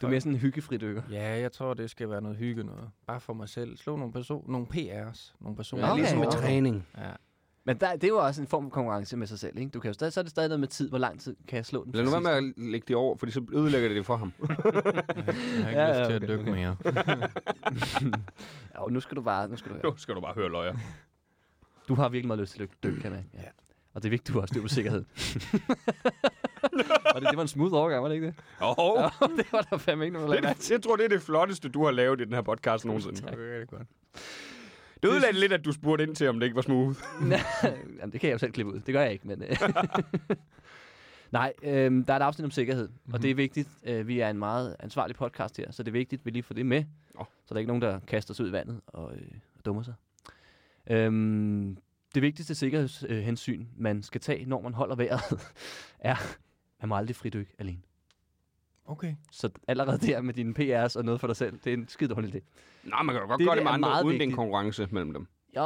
Speaker 4: Du er mere sådan en hyggefridykker.
Speaker 6: Ja, jeg tror, det skal være noget hygge noget. Bare for mig selv. Slå nogle, person, nogle PR's. Nogle personer.
Speaker 4: Ja, okay. Ligesom med
Speaker 5: træning.
Speaker 6: Ja.
Speaker 4: Men der, det er jo også en form for konkurrence med sig selv, ikke? Du kan jo stadig, så er det stadig noget med tid. Hvor lang tid kan jeg slå den?
Speaker 5: Lad nu
Speaker 4: til
Speaker 5: være
Speaker 4: sidst?
Speaker 5: med at lægge det over, fordi så ødelægger det det for ham.
Speaker 6: Jeg har ikke
Speaker 4: Ja,
Speaker 6: ja, lyst
Speaker 4: ja,
Speaker 6: til at dykke okay. mere.
Speaker 4: Ja, og nu skal du bare... Nu skal du,
Speaker 5: Nu skal du bare høre løjer.
Speaker 4: du har virkelig meget lyst til at dykke, kan jeg. Ja. Og det er vigtigt, du har styr på sikkerheden. og det, det var en smooth overgang, var det ikke det?
Speaker 5: Åh, oh,
Speaker 4: det var der fandme ikke nogen, der lagde mærke
Speaker 5: jeg tror, det er det flotteste, du har lavet i den her podcast nogensinde.
Speaker 6: Det er rigtig godt.
Speaker 5: Det ødelagde lidt, at du spurgte ind til, om det ikke var smooth.
Speaker 4: Jamen, det kan jeg jo selv klippe ud. Det gør jeg ikke, men... øh. Nej, øhm, der er et afsnit om sikkerhed, mm-hmm. og det er vigtigt. Øh, vi er en meget ansvarlig podcast her, så det er vigtigt, at vi lige får det med.
Speaker 5: Nå.
Speaker 4: Så der er ikke nogen, der kaster sig ud i vandet og, øh, og dummer sig. Øhm, det vigtigste sikkerhedshensyn, man skal tage, når man holder vejret, er, man må aldrig fridykke alene.
Speaker 6: Okay.
Speaker 4: Så allerede der med dine PR's og noget for dig selv, det er en skide dårlig idé.
Speaker 5: Nej, man kan jo godt
Speaker 4: Det
Speaker 5: gøre det
Speaker 4: er
Speaker 5: med andre,
Speaker 4: meget
Speaker 5: uden den
Speaker 4: vigtigt.
Speaker 5: konkurrence mellem dem.
Speaker 4: Jo,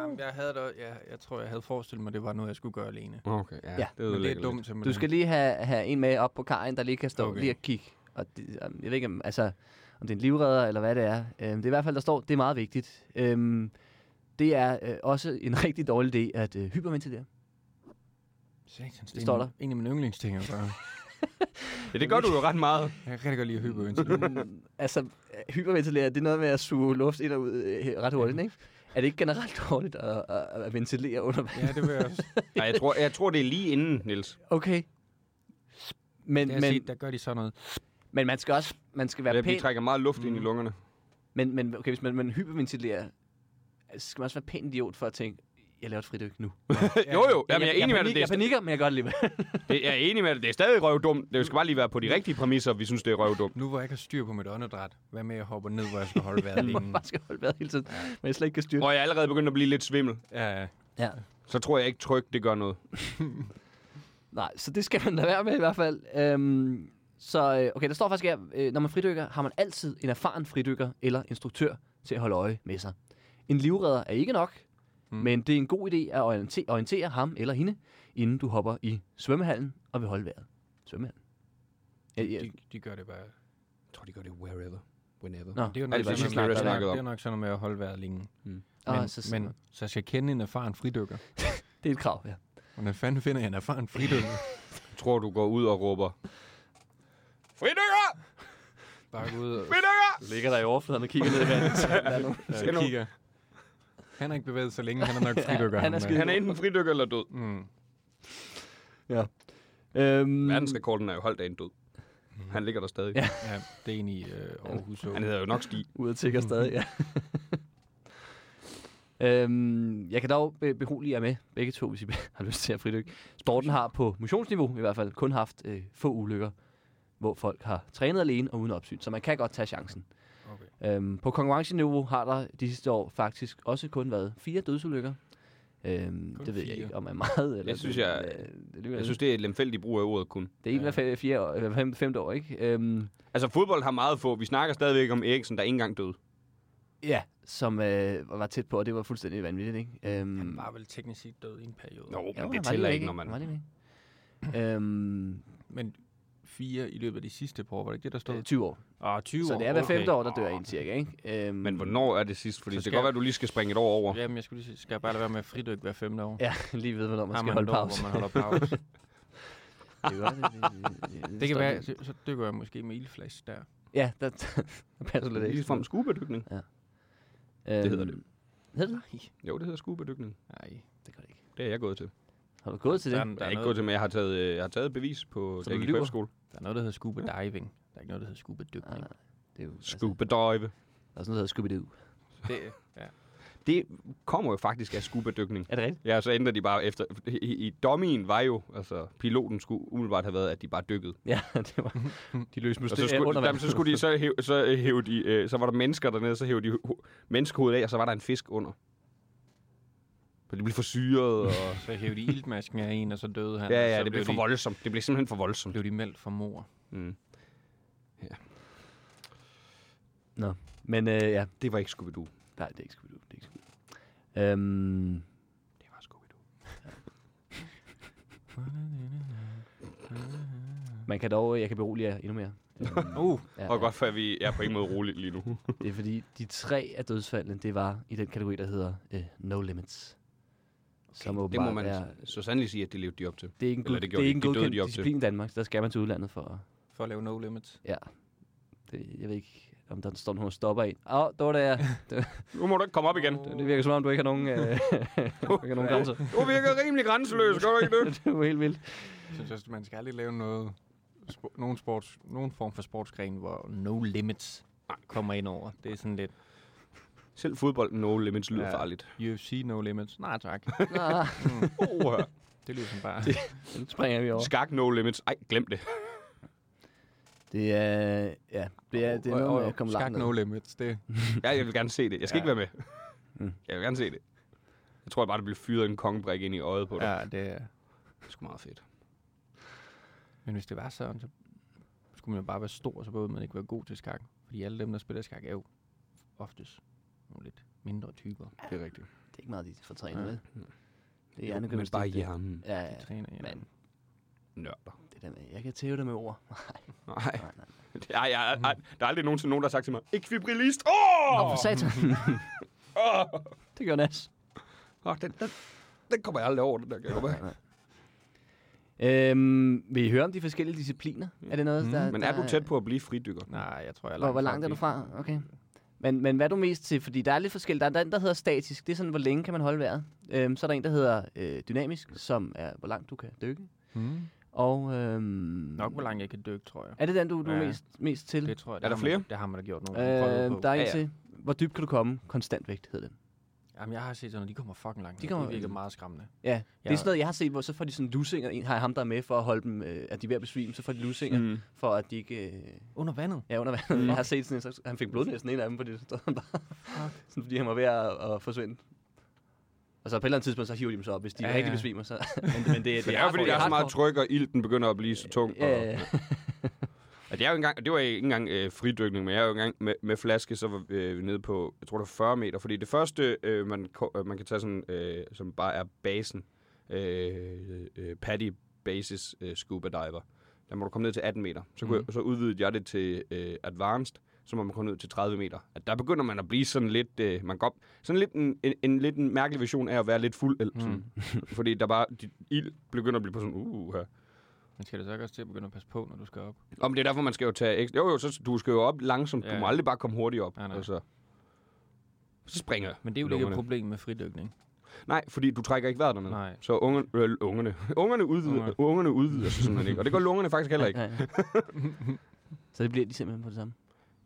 Speaker 6: Jamen, jeg, havde da, jeg, jeg tror, jeg havde forestillet mig, at det var noget, jeg skulle gøre alene.
Speaker 5: Okay, ja.
Speaker 4: Ja.
Speaker 5: Det
Speaker 6: Men det
Speaker 5: ødelægger
Speaker 6: er
Speaker 5: lidt.
Speaker 6: dumt simpelthen.
Speaker 4: Du skal lige have, have en med op på kajen, der lige kan stå okay.
Speaker 6: Okay.
Speaker 4: lige og kigge. Og det, om- jeg ved ikke, om, altså, om det er en livredder eller hvad det er. Øhm, det er i hvert fald, der står, det er meget vigtigt. Øhm, det er øh, også en rigtig dårlig idé at øh, hyperventilere.
Speaker 6: Satans,
Speaker 4: Det står
Speaker 6: en-
Speaker 4: der.
Speaker 6: En af mine yndlingsting at gøre.
Speaker 5: Ja, det gør du jo ret meget.
Speaker 6: Jeg kan rigtig godt lide at hype ønsker.
Speaker 4: Mm, altså, øh, hyperventilere, det er noget med at suge luft ind og ud øh, ret hurtigt, ikke? Er det ikke generelt dårligt at, at, at ventilere under vand?
Speaker 6: Ja, det vil jeg også.
Speaker 5: Nej, jeg tror, jeg tror, det er lige inden, Nils.
Speaker 4: Okay. Men,
Speaker 6: Det har
Speaker 4: men,
Speaker 6: jeg set, der gør de sådan noget.
Speaker 4: men man skal også man skal være
Speaker 5: Ja, vi
Speaker 4: pæn
Speaker 5: trækker meget luft ind i lungerne.
Speaker 4: Men, men okay, hvis man, man hyperventilerer, altså, skal man også være pæn idiot for at tænke, jeg laver et fridyk nu.
Speaker 5: jo, jo. Jamen, jeg er enig med dig.
Speaker 4: panik,
Speaker 5: Det
Speaker 4: Jeg
Speaker 5: er,
Speaker 4: panikker, men jeg gør det alligevel.
Speaker 5: det- jeg er enig med dig. Det er stadig røvdumt. Det skal bare lige være på de rigtige præmisser, vi synes, det er røvdumt.
Speaker 6: Nu hvor jeg ikke har styr på mit åndedræt, hvad med at jeg hopper ned, hvor jeg skal holde vejret
Speaker 4: Man
Speaker 6: længe?
Speaker 4: bare skal holde vejret hele tiden, men jeg slet ikke kan styre det.
Speaker 5: Og jeg er allerede begyndt at blive lidt svimmel.
Speaker 6: Ja,
Speaker 4: Ja.
Speaker 5: Så tror jeg ikke tryk, det gør noget.
Speaker 4: Nej, så det skal man lade være med i hvert fald. Øhm, så øh, okay, der står faktisk her, øh, når man fridykker, har man altid en erfaren fridykker eller instruktør til at holde øje med sig. En livredder er ikke nok, mm. men det er en god idé at orientere, orientere ham eller hende, inden du hopper i svømmehallen og vil holde vejret. Svømmehallen. Ja, ja.
Speaker 6: de, de gør det bare.
Speaker 5: Jeg tror, de gør det wherever. Whenever.
Speaker 4: Nå,
Speaker 6: Det er jo
Speaker 5: Ja,
Speaker 6: nok,
Speaker 5: det
Speaker 6: sådan
Speaker 5: synes jeg, vi
Speaker 6: noget med-
Speaker 5: har snakket
Speaker 6: det er
Speaker 5: om.
Speaker 6: nok sådan noget med at holde vejret længe. Men,
Speaker 4: Ah,
Speaker 6: ah,
Speaker 4: så,
Speaker 6: så,
Speaker 4: men,
Speaker 6: men, så jeg skal kende en erfaren fridykker.
Speaker 4: det er et krav, ja.
Speaker 6: Hvordan fanden finder jeg en erfaren fridykker?
Speaker 5: Jeg tror, du går ud og råber. Fridykker!
Speaker 6: Bare gå ud og
Speaker 5: Fridykker!
Speaker 4: Ligger der i overfladen og kigger ned i vandet.
Speaker 5: Skal
Speaker 6: øh,
Speaker 5: nu-
Speaker 6: kigger. Han har ikke bevæget sig længe, han er nok fridykker.
Speaker 4: han er skide-
Speaker 5: Han er enten fridykker eller død.
Speaker 6: Mm.
Speaker 5: Mm.
Speaker 4: øhm,
Speaker 5: Verdensrekorden er jo holdt af en død. Han ligger der stadig.
Speaker 4: Ja.
Speaker 6: Ja, det er en i øh, Aarhus. Å.
Speaker 5: Han hedder jo nok Stig.
Speaker 4: ud og tigger stadig, ja. øhm, jeg kan dog be- berolige jer med, begge to, hvis I har lyst til at fridykke. Sporten har på motionsniveau i hvert fald kun haft øh, få ulykker, hvor folk har trænet alene og uden opsyn, så man kan godt tage chancen.
Speaker 6: Okay.
Speaker 4: Øhm, på konkurrenceniveau har der de sidste år faktisk også kun været fire dødsulykker. Øhm,
Speaker 6: Kun
Speaker 4: det ved jeg
Speaker 6: fire.
Speaker 4: ikke om er meget. Eller
Speaker 5: Det synes
Speaker 4: det,
Speaker 5: jeg-
Speaker 4: øh, det, lyder
Speaker 5: Jeg
Speaker 4: lidt.
Speaker 5: synes, det er et lemfældigt brug af ordet kun.
Speaker 4: Det er en hver fe- fjerde år, hver fem, femte år, ikke? Øhm,
Speaker 5: Altså, fodbold har meget få. Vi snakker stadigvæk om Eriksen, der ikke engang døde.
Speaker 4: ja, som øh, var tæt på, og det var fuldstændig vanvittigt, ikke? Øhm,
Speaker 6: Han var vel teknisk set død i en periode.
Speaker 5: Nå,
Speaker 4: jo,
Speaker 5: men
Speaker 4: han
Speaker 5: det
Speaker 4: var
Speaker 5: tæller
Speaker 4: lige
Speaker 5: ikke, når
Speaker 4: væk,
Speaker 5: man...
Speaker 4: han var lige væk. øhm,
Speaker 6: Men fire i løbet af de sidste par år, var det ikke det, der stod?
Speaker 4: øh, 20 år.
Speaker 6: Ah, 20
Speaker 4: Så
Speaker 6: år.
Speaker 4: det er hver
Speaker 6: okay.
Speaker 4: femte år, der dør en cirka, ikke? Øhm,
Speaker 5: Men hvornår er det sidst? Fordi
Speaker 6: Så
Speaker 5: det kan
Speaker 6: skal-
Speaker 5: godt være, at du lige skal springe et år over.
Speaker 6: Jamen, jeg skulle lige sige, skal jeg bare lade være med at fridykke hver femte år?
Speaker 4: Ja, lige ved, hvornår man
Speaker 6: Har
Speaker 4: skal
Speaker 6: et
Speaker 4: holde
Speaker 6: år,
Speaker 4: pause.
Speaker 6: Hvor man holder pause.
Speaker 4: Det, er godt, det, det, det,
Speaker 6: det kan
Speaker 4: står
Speaker 6: være,
Speaker 4: der.
Speaker 6: så, så dykker jeg måske med ildflash der.
Speaker 4: Ja, der, der passer lidt
Speaker 5: Lige
Speaker 4: ekstra.
Speaker 5: frem skubedykning.
Speaker 4: Øhm,
Speaker 5: hedder det.
Speaker 4: Hedder det?
Speaker 5: Jo, det hedder skubedykning.
Speaker 6: Nej.
Speaker 4: Det gør det ikke.
Speaker 5: Det er jeg gået til.
Speaker 4: Har du gået til det?
Speaker 6: Der,
Speaker 5: Jeg
Speaker 6: der,
Speaker 5: er
Speaker 6: er
Speaker 5: ikke gået
Speaker 6: noget,
Speaker 5: til, men jeg har taget, øh, jeg har taget bevis på
Speaker 4: Så du
Speaker 5: Daglig
Speaker 4: lyver?
Speaker 5: Købskole.
Speaker 6: der er noget, der hedder scuba diving. Der er ikke noget, der hedder scuba dykning.
Speaker 4: Ah, det er jo, altså, der
Speaker 5: Skubedøjve.
Speaker 4: er sådan noget, der hedder Scooby-Doo.
Speaker 6: Det, ja.
Speaker 5: Det kommer jo faktisk af skubedykning.
Speaker 4: Er det rigtigt?
Speaker 5: Ja, så ændrer de bare efter... I, i dummien var jo... Altså, piloten skulle umiddelbart have været, at de bare dykkede.
Speaker 4: Ja, det var... De løste
Speaker 5: Og så skulle, jamen, så skulle de så hæve, så øh, hæve de, øh, så var der mennesker dernede, så hævde de ho- menneskehovedet af, og så var der en fisk under. For det blev for syret, og...
Speaker 6: Så hævde de iltmasken af en, og så døde han.
Speaker 5: ja,
Speaker 6: og
Speaker 5: ja,
Speaker 6: så
Speaker 5: det blev for
Speaker 6: de,
Speaker 5: voldsomt. Det blev simpelthen for voldsomt.
Speaker 6: blev de meldt for mor.
Speaker 5: Mm.
Speaker 4: Men øh, ja,
Speaker 5: Det var ikke Scooby-Doo.
Speaker 4: nej, det er ikke Scooby-Doo. Det er ikke Scooby-Doo. Øhm,
Speaker 5: Det var Scooby-Doo.
Speaker 4: man kan dog, jeg kan berolige jer endnu mere. Øhm,
Speaker 6: Uh,
Speaker 4: ja,
Speaker 5: Ja, og godt for, at vi er på ingen måde roligt lige nu.
Speaker 4: Det er fordi, de tre af dødsfaldene, det var i den kategori, der hedder øh, No Limits. som
Speaker 5: det må
Speaker 4: åbenbart
Speaker 5: man
Speaker 4: er...
Speaker 5: så sandelig sige, at det levede de op til.
Speaker 4: Det er ikke en,
Speaker 5: Eller
Speaker 4: god,
Speaker 5: det
Speaker 4: det
Speaker 5: gjorde
Speaker 4: det er
Speaker 5: de.
Speaker 4: ikke en
Speaker 5: Det døde
Speaker 4: godkendt
Speaker 5: de op til.
Speaker 4: disciplin i Danmark. Der skal man til udlandet for...
Speaker 6: for at lave No Limits.
Speaker 4: Ja. Det, jeg ved ikke, om der står nogen stopper en. Åh, oh, der var det, jeg.
Speaker 5: Uh. Nu må du ikke komme op igen.
Speaker 4: Det virker som om, du ikke har nogen, øh, du ikke har nogen grænser.
Speaker 5: Du virker rimelig grænseløs, gør du ikke det?
Speaker 4: det var helt vildt.
Speaker 6: Jeg synes også, man skal aldrig lave noget, spo- nogen, sports, nogen form for sportsgren, hvor No Limits kommer ind over. Det er sådan lidt
Speaker 5: Selv fodbold, no limits, lyder
Speaker 6: Ja.
Speaker 5: farligt.
Speaker 6: UFC No Limits. Nej tak,
Speaker 4: Ah,
Speaker 5: Oh,
Speaker 6: det lyder som bare...
Speaker 4: den springer vi over.
Speaker 5: skak, no limits. Ej, glem det.
Speaker 4: Det er, ja, det er, det er noget, med at komme
Speaker 6: Skak
Speaker 4: langt
Speaker 6: No
Speaker 4: ned.
Speaker 6: Limits, det
Speaker 5: Ja, jeg vil gerne se det. Jeg skal
Speaker 6: Ja.
Speaker 5: ikke være med.
Speaker 4: Mm.
Speaker 5: Jeg vil gerne se det. Jeg tror bare, der bliver fyret en kongebrik ind i øjet på dig.
Speaker 6: ja, det er...
Speaker 5: Det er sgu meget fedt.
Speaker 6: Men hvis det var sådan, så skulle man jo bare være stor, så behøvede man ikke være god til skak. Fordi alle dem, der spiller skak, er jo oftest nogle lidt mindre typer.
Speaker 5: Det er rigtigt.
Speaker 4: Det er ikke meget, de får trænet,
Speaker 6: Ja.
Speaker 4: vel? Det er
Speaker 5: Mm. Jo, men
Speaker 4: hjernegymnastik,
Speaker 5: bare
Speaker 4: det.
Speaker 5: hjernen.
Speaker 4: Ja, ja,
Speaker 6: De træner, ja.
Speaker 4: men
Speaker 5: Nørder.
Speaker 4: det der med, jeg kan tæve dig med ord.
Speaker 5: Nej.
Speaker 4: Nej,
Speaker 5: Ej,
Speaker 4: nej.
Speaker 5: ej, ej. Der er aldrig nogensinde nogen, der har sagt til mig, ekvibrilist. Åh!
Speaker 4: Åh, oh, satan.
Speaker 5: Åh!
Speaker 4: det gør Nas.
Speaker 5: Åh, den, den, den kommer jeg aldrig over, den der kan jeg godt mærke.
Speaker 4: Øhm, vil I høre om de forskellige discipliner? Er det noget,
Speaker 6: Mm.
Speaker 4: der...
Speaker 5: Men er
Speaker 4: der,
Speaker 5: du tæt på at blive fridykker?
Speaker 6: Nej, jeg tror, jeg er
Speaker 4: Hvor, hvor langt er du fra? Okay. Men, men hvad er du mest til? Fordi der er lidt forskelligt. Der er den, der hedder statisk. Det er sådan, hvor længe kan man holde vejret. Øhm, så er der en, der hedder øh, dynamisk, som er, hvor langt du kan dykke.
Speaker 6: Hmm.
Speaker 4: Og, øhm,
Speaker 6: Nok, hvor langt jeg kan dykke, tror jeg.
Speaker 4: Er det den, du, du er
Speaker 6: Ja.
Speaker 4: mest, mest til?
Speaker 6: Det tror jeg.
Speaker 5: Er
Speaker 6: det
Speaker 5: der
Speaker 6: har
Speaker 5: flere?
Speaker 6: Man, det har man da gjort nogle gange. prøvet på.
Speaker 4: Mm. Øh, der er en
Speaker 5: Ja, ja.
Speaker 4: til. Hvor dybt kan du komme? Konstant vægt hedder den.
Speaker 6: Jamen, jeg har set sådan, at de kommer fucking langt.
Speaker 4: De
Speaker 6: ned.
Speaker 4: kommer-
Speaker 6: Det virker meget skræmmende.
Speaker 4: Ja, det er
Speaker 6: Ja.
Speaker 4: sådan noget, jeg har set, hvor så får de sådan lusinger. En har ham, der er med for at holde dem, øh, at de er ved at besvime, så får de lusinger, mm. for at de ikke... Øh,
Speaker 6: Under vandet?
Speaker 4: Ja, under vandet. Mm. Jeg har set sådan en, så han fik blodnæsen en af dem, fordi, så stod han bare, sådan, fordi han var ved at, at forsvinde. Og så på et eller andet tidspunkt, så hiver de dem så op, hvis de
Speaker 6: Ja,
Speaker 4: ja,
Speaker 6: ja.
Speaker 4: rigtig besvimer. Så. men, men det,
Speaker 5: Det er jo fordi,
Speaker 4: hardcore.
Speaker 5: der er så meget
Speaker 4: hardcore.
Speaker 5: tryk, og ilten begynder at blive så tung.
Speaker 4: Ja, ja,
Speaker 5: Og,
Speaker 4: ja.
Speaker 5: og det, er jo engang, det var ikke engang øh, fridykning, men jeg er jo engang med, med flaske, så var øh, vi nede på, jeg tror det var 40 meter. Fordi det første, øh, man, ko- øh, man kan tage sådan, øh, som bare er basen, øh, øh, Paddy Basis øh, Scuba Diver, der må du komme ned til 18 meter. Så, kunne jeg, så udvidede jeg det til øh, Advanced, så må man komme ned til 30 meter. At der begynder man at blive sådan lidt, øh, man går, sådan lidt en, en, en, lidt en mærkelig version af at være lidt fuld.
Speaker 6: Hmm.
Speaker 5: Eller,
Speaker 6: Mhm.
Speaker 5: sådan. Fordi der bare, de, ild begynder at blive på sådan, uh, her.
Speaker 6: Men skal det så ikke også til at begynde at passe på, når du skal op?
Speaker 5: Om det er derfor, man skal jo tage ekstra. Jo, jo, så du skal jo op langsomt. Ja.
Speaker 6: Ja.
Speaker 5: Du må aldrig bare komme hurtigt op.
Speaker 6: Nej, nej.
Speaker 5: Altså. Så springer
Speaker 6: Men det er jo ikke et
Speaker 5: lungerne.
Speaker 6: problem med fridykning.
Speaker 5: Nej, fordi du trækker ikke vejret dernede.
Speaker 6: Nej.
Speaker 5: Så unge, øh, ungerne, ungerne, udvider,
Speaker 6: Ungerne.
Speaker 5: ungerne udvider sig simpelthen ikke. Og det gør lungerne faktisk heller ikke.
Speaker 4: Ja, ja. Så det bliver de simpelthen på det samme.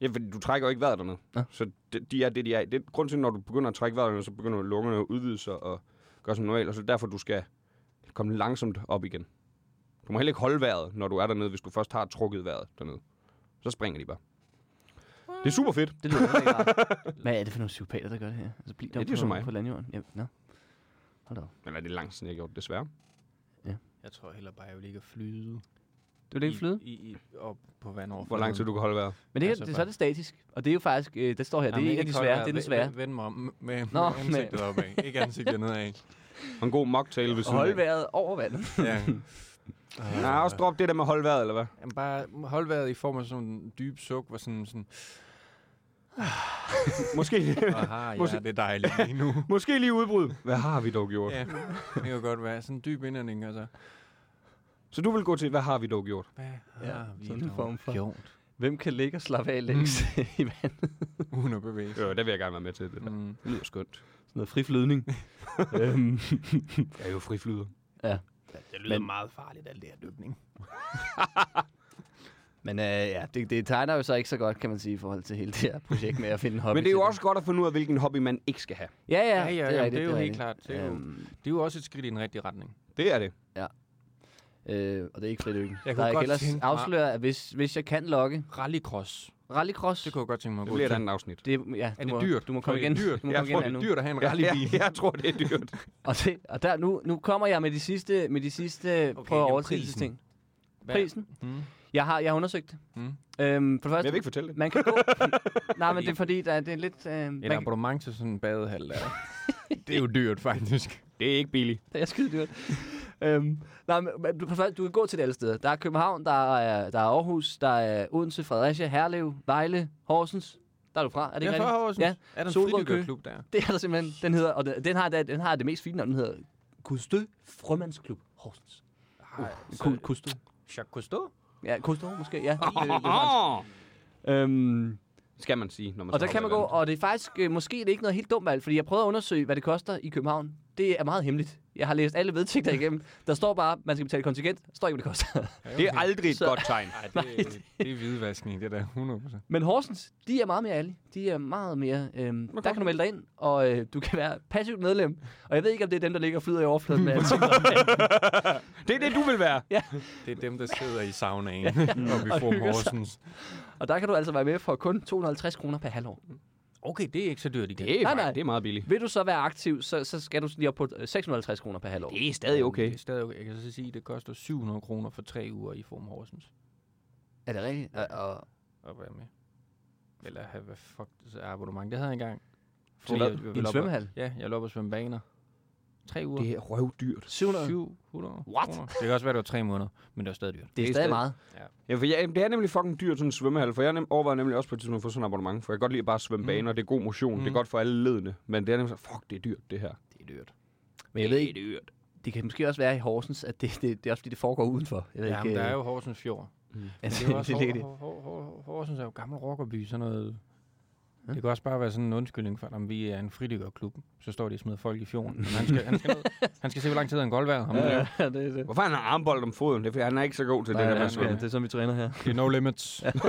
Speaker 5: Ja, fordi du trækker jo ikke vejret dernede.
Speaker 4: Ja.
Speaker 5: Så de, de er det, de er. Det er grund til, når du begynder at trække vejret dernede, så begynder lungerne at udvide sig og gøre som normalt. Og så er det derfor, du skal komme langsomt op igen. Du må heller ikke holde vejret, når du er dernede, hvis du først har trukket vejret dernede. Så springer de bare. Det er super fedt.
Speaker 4: Det lyder ikke rart. Hvad er det for nogle psykopater, der gør det her? Altså, bliv der
Speaker 5: Ja, det er
Speaker 4: på,
Speaker 5: så mig.
Speaker 4: på landjorden. Ja, no. Hold da. op.
Speaker 5: Men er det langt siden, jeg har gjort det, desværre.
Speaker 6: Jeg tror heller bare, jeg vil ligge og flyde.
Speaker 4: Du vil ikke flyde?
Speaker 6: I, i, i, op på vandoverfladen.
Speaker 5: Hvor lang tid du kan holde vejret.
Speaker 4: Men det, her,
Speaker 6: Altså,
Speaker 4: det, er
Speaker 6: for-
Speaker 4: så er det statisk. Og det er jo faktisk, øh, der står her, det er ikke af de svære. Det er den svære.
Speaker 6: Vend mig om med, med
Speaker 4: Nå, men-
Speaker 6: ansigtet opad. Ikke ansigtet nedad.
Speaker 5: Og en god mocktail ved
Speaker 4: Og
Speaker 5: siden
Speaker 4: holde
Speaker 5: af.
Speaker 4: vejret over vandet.
Speaker 6: Ja.
Speaker 5: Nej, også drop det der med holde vejret, eller hvad?
Speaker 6: Jamen, bare hold vejret i form af sådan en dyb suk, hvor sådan, sådan
Speaker 5: Måske,
Speaker 6: aha, ja, det er dejligt lige nu.
Speaker 5: måske lige udbrud. Hvad har vi dog gjort?
Speaker 6: ja, det kan jo godt være. Sådan en dyb indånding, altså.
Speaker 5: Så du vil gå til, hvad har vi dog gjort?
Speaker 6: Hvad
Speaker 4: Ja,
Speaker 6: har Mm. vi
Speaker 4: sådan en
Speaker 6: dog
Speaker 4: form for-
Speaker 6: gjort?
Speaker 4: Hvem kan ligge og slappe af længst i vandet?
Speaker 6: Uden at bevæge sig.
Speaker 5: Jo, det vil jeg gerne være med til. Det der.
Speaker 6: Mm.
Speaker 5: Det lyder skønt.
Speaker 4: Sådan noget friflydning. øhm,
Speaker 5: Jeg er jo friflyder.
Speaker 6: Det
Speaker 4: lyder Men-
Speaker 6: meget farligt, alt det her dykning.
Speaker 4: men øh, ja, det, det tegner jo så ikke så godt, kan man sige, i forhold til hele det her projekt med at finde en hobby.
Speaker 5: Men det er jo
Speaker 4: til
Speaker 5: også godt at finde ud af, hvilken hobby man ikke skal have.
Speaker 4: Ja, ja,
Speaker 6: Ja, ja,
Speaker 4: det
Speaker 6: ja,
Speaker 4: er,
Speaker 6: det er,
Speaker 4: rigtigt,
Speaker 6: jo helt
Speaker 4: rigtigt.
Speaker 6: klart. Det er, jo,
Speaker 4: Øhm,
Speaker 6: det er jo også et skridt i den rigtige retning.
Speaker 5: Det er det.
Speaker 4: øh, og det er ikke fridykken.
Speaker 6: Jeg kunne
Speaker 4: Der jeg
Speaker 6: godt
Speaker 4: kan ellers
Speaker 6: tænke mig-
Speaker 4: afsløre, at hvis, hvis jeg kan lokke
Speaker 6: Rallycross.
Speaker 4: rallycross,
Speaker 6: Det kunne jeg godt tænke mig at
Speaker 5: Det
Speaker 6: gå
Speaker 5: bliver et
Speaker 6: til.
Speaker 5: andet afsnit.
Speaker 4: det, ja, du
Speaker 6: det
Speaker 4: må,
Speaker 6: dyrt?
Speaker 4: Du må
Speaker 6: Tror I,
Speaker 4: komme
Speaker 6: det er
Speaker 4: igen.
Speaker 6: dyrt?
Speaker 4: Du må
Speaker 5: Jeg
Speaker 4: komme
Speaker 5: tror,
Speaker 4: igen
Speaker 5: det
Speaker 4: nu.
Speaker 5: er
Speaker 6: Dyrt at have en
Speaker 5: Jeg,
Speaker 6: rallybil.
Speaker 5: jeg, jeg tror, det er dyrt.
Speaker 4: Og, det, og der, nu, nu kommer jeg med de sidste, med de sidste okay,
Speaker 6: Okay,
Speaker 4: prøv
Speaker 6: jo,
Speaker 4: at
Speaker 6: prisen.
Speaker 4: ting.
Speaker 6: Hvad-
Speaker 4: Prisen?
Speaker 6: Mm.
Speaker 4: Jeg har, jeg har undersøgt det.
Speaker 6: Mm.
Speaker 4: Øhm, for det
Speaker 5: Men jeg
Speaker 4: første,
Speaker 5: vil ikke fortælle det.
Speaker 4: man kan gå... Nej, men det er fordi, der, er- det er lidt... Øh, man
Speaker 6: En
Speaker 4: kan-
Speaker 6: abonnement til sådan en badehal der. det er jo dyrt, faktisk.
Speaker 5: Det er ikke billigt.
Speaker 4: Det er skide dyrt. øhm, nej, men, men du, for først- du kan gå til det alle steder. Der er København, der er, der er Aarhus, der er Odense, Fredericia, Herlev, Vejle, Horsens. Der er du fra, er det ikke rigtigt?
Speaker 6: Ja,
Speaker 4: Ja,
Speaker 6: er der en
Speaker 4: Solrød Kø.
Speaker 6: fridykkerklub der?
Speaker 4: det er der simpelthen. Den hedder, og den, den har, den har det mest fine navn, den hedder
Speaker 1: Kustø Frømandsklub Horsens.
Speaker 4: Ku- Kusto.
Speaker 5: Jacques Cousteau?
Speaker 4: Ja, Kusto måske, ja. Det- det er fransk.
Speaker 5: Oh,
Speaker 4: øhm,
Speaker 5: skal man sige, når man
Speaker 4: og
Speaker 5: så
Speaker 4: der kan man
Speaker 5: hopper
Speaker 4: gå,
Speaker 5: i vandet.
Speaker 4: og det er faktisk, øh, måske det er ikke noget helt dumt valg, fordi jeg prøvede at undersøge, hvad det koster i København. Det er meget hemmeligt. Jeg har læst alle vedtægter igennem. Der står bare, man skal betale kontingent. Der står ikke, hvad det koster.
Speaker 5: Det er aldrig et
Speaker 4: Så-
Speaker 5: godt tegn.
Speaker 6: det, det er hvidvaskning, det der 100%.
Speaker 4: Men Horsens, de er meget mere alle. De er meget mere... Øhm, der kan du melde dig ind, og øh, du kan være passivt medlem. Og jeg ved ikke, om det er dem, der ligger og flyder i overfladen med ansigt.
Speaker 5: Det er det, du vil være.
Speaker 6: Det er dem, der sidder i saunaen, og vi får
Speaker 4: hygger sig.
Speaker 6: Horsens.
Speaker 4: Og der kan du altså være med for kun 250 kroner per halvår.
Speaker 6: Okay, det er ikke så dyrt igen.
Speaker 5: Det er, nej,
Speaker 4: Nej, nej.
Speaker 5: nej. Det er meget billigt.
Speaker 4: Vil du så være aktiv, så, så skal du lige op på øh, 650 kroner per halvår.
Speaker 5: Det er stadig okay.
Speaker 6: Det er stadig okay. Jeg kan så sige, at det koster 700 kroner for tre uger i Form Horsens
Speaker 4: Er det rigtigt? Og, og,
Speaker 6: at være med. Eller have, hvad fuck, det er abonnement. Det havde jeg engang.
Speaker 5: Til hvad?
Speaker 6: jeg, jeg
Speaker 4: I en
Speaker 6: ville op-
Speaker 4: svømmehal?
Speaker 6: Ja, jeg lå op og svømme baner. Tre uger.
Speaker 5: Det er røvdyrt.
Speaker 4: 700?
Speaker 6: 700
Speaker 4: What?
Speaker 6: kroner. Det kan også være, det var tre måneder, men det var stadig dyrt.
Speaker 4: Det er
Speaker 5: er
Speaker 4: stadig
Speaker 5: stadig-
Speaker 4: meget.
Speaker 5: Ja, for jeg, det er nemlig fucking dyrt sådan en svømmehal, for jeg nem, overvejer nemlig også på et tidspunkt at få sådan en abonnement, for jeg kan godt lide bare at svømme mm. baner, det er god motion, mm. det er godt for alle ledene, men det er nemlig så, fuck, det er dyrt det her.
Speaker 4: Det er dyrt. Men jeg ved ikke,
Speaker 5: dyrt.
Speaker 4: det kan måske også være i Horsens, at det, det, det er også fordi, det foregår udenfor. Jeg ved
Speaker 6: Ja, men
Speaker 4: ikke,
Speaker 6: der er
Speaker 4: øh,
Speaker 6: jo Horsens Fjord.
Speaker 4: at
Speaker 6: Det er jo
Speaker 4: det,
Speaker 6: også
Speaker 4: ligger det.
Speaker 6: Hor- Hor- Hor- Hor- Horsens er jo gammel rockerby, sådan noget. Det kan også bare være sådan en undskyldning for, at vi er en fridykkerklub. Så står de og smider folk i fjorden. Men han skal, han skal, ned. han skal se, hvor lang tid han golvvejret ham. Ja.
Speaker 4: Ja, det er det.
Speaker 5: Hvorfor han har armbold om foden? Det er fordi, han er ikke så god til Nej, det der med at
Speaker 6: han
Speaker 4: Ja,
Speaker 5: svømme.
Speaker 4: det er sådan, vi træner her.
Speaker 6: Det er no limits. Ja. det,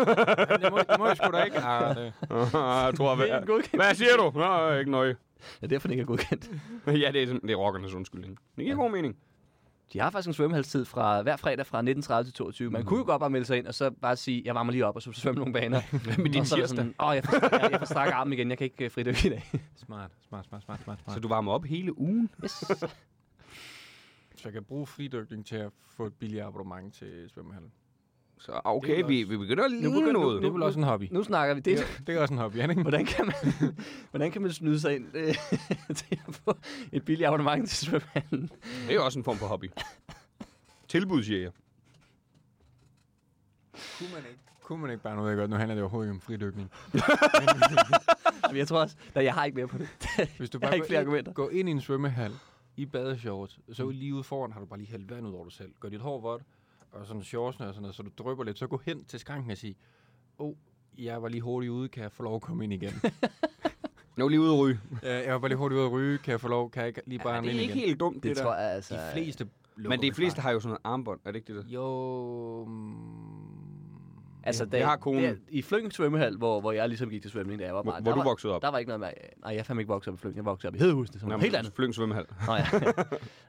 Speaker 6: må, det må jeg sgu da ikke. Ah, det.
Speaker 5: jeg tror,
Speaker 4: Det er ikke
Speaker 5: hvad,
Speaker 4: godkendt.
Speaker 5: hvad siger du? Nå, ikke nøje.
Speaker 4: Det er derfor, det ikke er godkendt.
Speaker 5: ja, det er, sådan, det er rockernes undskyldning. Det giver god mening.
Speaker 4: De har faktisk en svømmehalstid fra hver fredag fra 19.30 til 22. Man kunne jo godt bare melde sig ind, og så bare sige, jeg varmer lige op, og så svømme nogle baner. Men din tirsdag. Åh, jeg får strak- jeg får strak armen igen, jeg kan ikke øh, fridykke i dag.
Speaker 6: Smart, smart, smart, smart, smart. smart.
Speaker 5: Så
Speaker 6: Så, du,
Speaker 5: du varmer op hele ugen?
Speaker 4: Yes.
Speaker 6: så jeg kan bruge fridykning til at få et billigere abonnement til svømmehallen.
Speaker 5: Så ah, okay,
Speaker 6: vel
Speaker 5: vi, vi begynder at ligne
Speaker 4: begynder- nu-
Speaker 5: noget.
Speaker 6: Det er vel også en hobby.
Speaker 4: Nu snakker vi. Det,
Speaker 6: Ja, det er også en hobby, er det ikke?
Speaker 4: hvordan, kan man, hvordan kan man snyde sig ind øh, til at få et billigt abonnement til svømmehallen?
Speaker 5: Det er også en form for hobby. Tilbudsjæger.
Speaker 6: Kunne man ikke? Kunne man ikke bare, nu ved jeg godt, nu handler det overhovedet ikke om fridykning.
Speaker 4: Men jeg tror også, at jeg har ikke mere på det.
Speaker 6: Hvis du
Speaker 4: Jeg har
Speaker 6: bare
Speaker 4: ikke flere
Speaker 6: går,
Speaker 4: argumenter.
Speaker 6: ind, går ind i en svømmehal i badeshorts, så lige ude foran har du bare lige hældt vand ud over dig selv. Gør dit hår vådt, og sådan shortsene og sådan noget, så du drøber lidt. Så gå hen til skranken og sig, åh, oh, jeg var lige hurtigt ude, kan jeg få lov at komme ind igen?
Speaker 5: Nu er lige ude at ryge.
Speaker 6: ja, jeg var bare lige hurtigt ude at ryge, kan jeg få lov, kan jeg ikke lige bare ja,
Speaker 5: Det
Speaker 6: ind
Speaker 5: er ikke
Speaker 6: igen?
Speaker 5: helt dumt, det,
Speaker 4: Det
Speaker 5: der.
Speaker 4: tror jeg altså.
Speaker 6: De fleste lukker
Speaker 5: Men de
Speaker 6: det
Speaker 5: fleste
Speaker 6: fra.
Speaker 5: har jo sådan noget armbånd, er det ikke det der?
Speaker 6: Jo... mm,
Speaker 4: Altså, da,
Speaker 5: jeg har konen.
Speaker 4: Der, I Fløngens svømmehal, hvor, hvor jeg ligesom gik til svømning, da jeg var
Speaker 5: Hvor-
Speaker 4: barn.
Speaker 5: hvor
Speaker 4: der
Speaker 5: du
Speaker 4: var,
Speaker 5: voksede op?
Speaker 4: Der var ikke noget med... Nej, jeg er fandme ikke vokset op i Fløng. Jeg voksede op i Hedehusene, som er noget helt andet.
Speaker 5: Flyng svømmehal.
Speaker 4: Nå ja. Ej,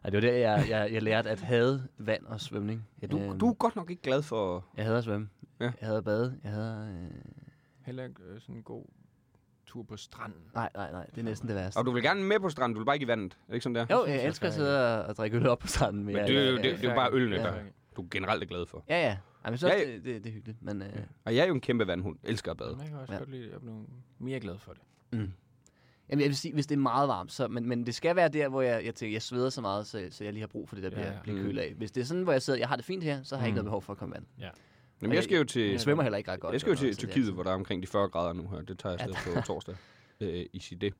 Speaker 4: det var der, jeg, jeg, jeg lærte at have vand og svømning. Øhm,
Speaker 5: Ja, du, du er godt nok ikke glad for...
Speaker 4: Jeg hader at svømme.
Speaker 5: Ja.
Speaker 4: Jeg hader at bade. Jeg hader... Øh...
Speaker 6: Heller ikke øh, sådan en god tur på stranden.
Speaker 4: Nej, nej, nej. Det er næsten det værste.
Speaker 5: Og du vil gerne med på stranden, du vil bare ikke i vandet. Er det ikke sådan der?
Speaker 4: Jo, jeg elsker at sidde og, og drikke øl op på stranden.
Speaker 5: Men
Speaker 4: jeg,
Speaker 5: det er jo
Speaker 4: jeg-
Speaker 5: det,
Speaker 4: jeg-
Speaker 5: det er jo bare ølene,
Speaker 6: Ja.
Speaker 5: der du generelt er glad for.
Speaker 4: Ja, ja. Ej, men så ja,
Speaker 5: Ja,
Speaker 4: det, det, det er hyggeligt. Men, øh,
Speaker 5: Og jeg er jo en kæmpe vandhund. Elsker at bade.
Speaker 6: Men Jeg kan også
Speaker 4: Ja.
Speaker 6: godt lide, at jeg blev mere glad for det.
Speaker 4: Mm. jamen, jeg vil sige, hvis det er meget varmt, så, men, men det skal være der, hvor jeg, jeg tænker, jeg sveder så meget, så, så jeg lige har brug for det, der
Speaker 6: Ja,
Speaker 4: bliver,
Speaker 6: ja.
Speaker 4: bliver
Speaker 5: Mm.
Speaker 4: kølet af. Hvis det er sådan, hvor jeg sidder, jeg har det fint her, så har jeg ikke
Speaker 6: Mm.
Speaker 4: noget behov for at komme i vand.
Speaker 5: Jamen, jeg skal jo til,
Speaker 4: Jeg svømmer heller ikke ret godt.
Speaker 5: jeg skal jo
Speaker 4: så
Speaker 5: til
Speaker 4: det er
Speaker 5: Tyrkiet,
Speaker 4: altid-
Speaker 5: hvor der er omkring de 40 grader nu her. Det tager jeg
Speaker 4: Ja, altså-
Speaker 5: afsted på torsdag. Øh, I sit det.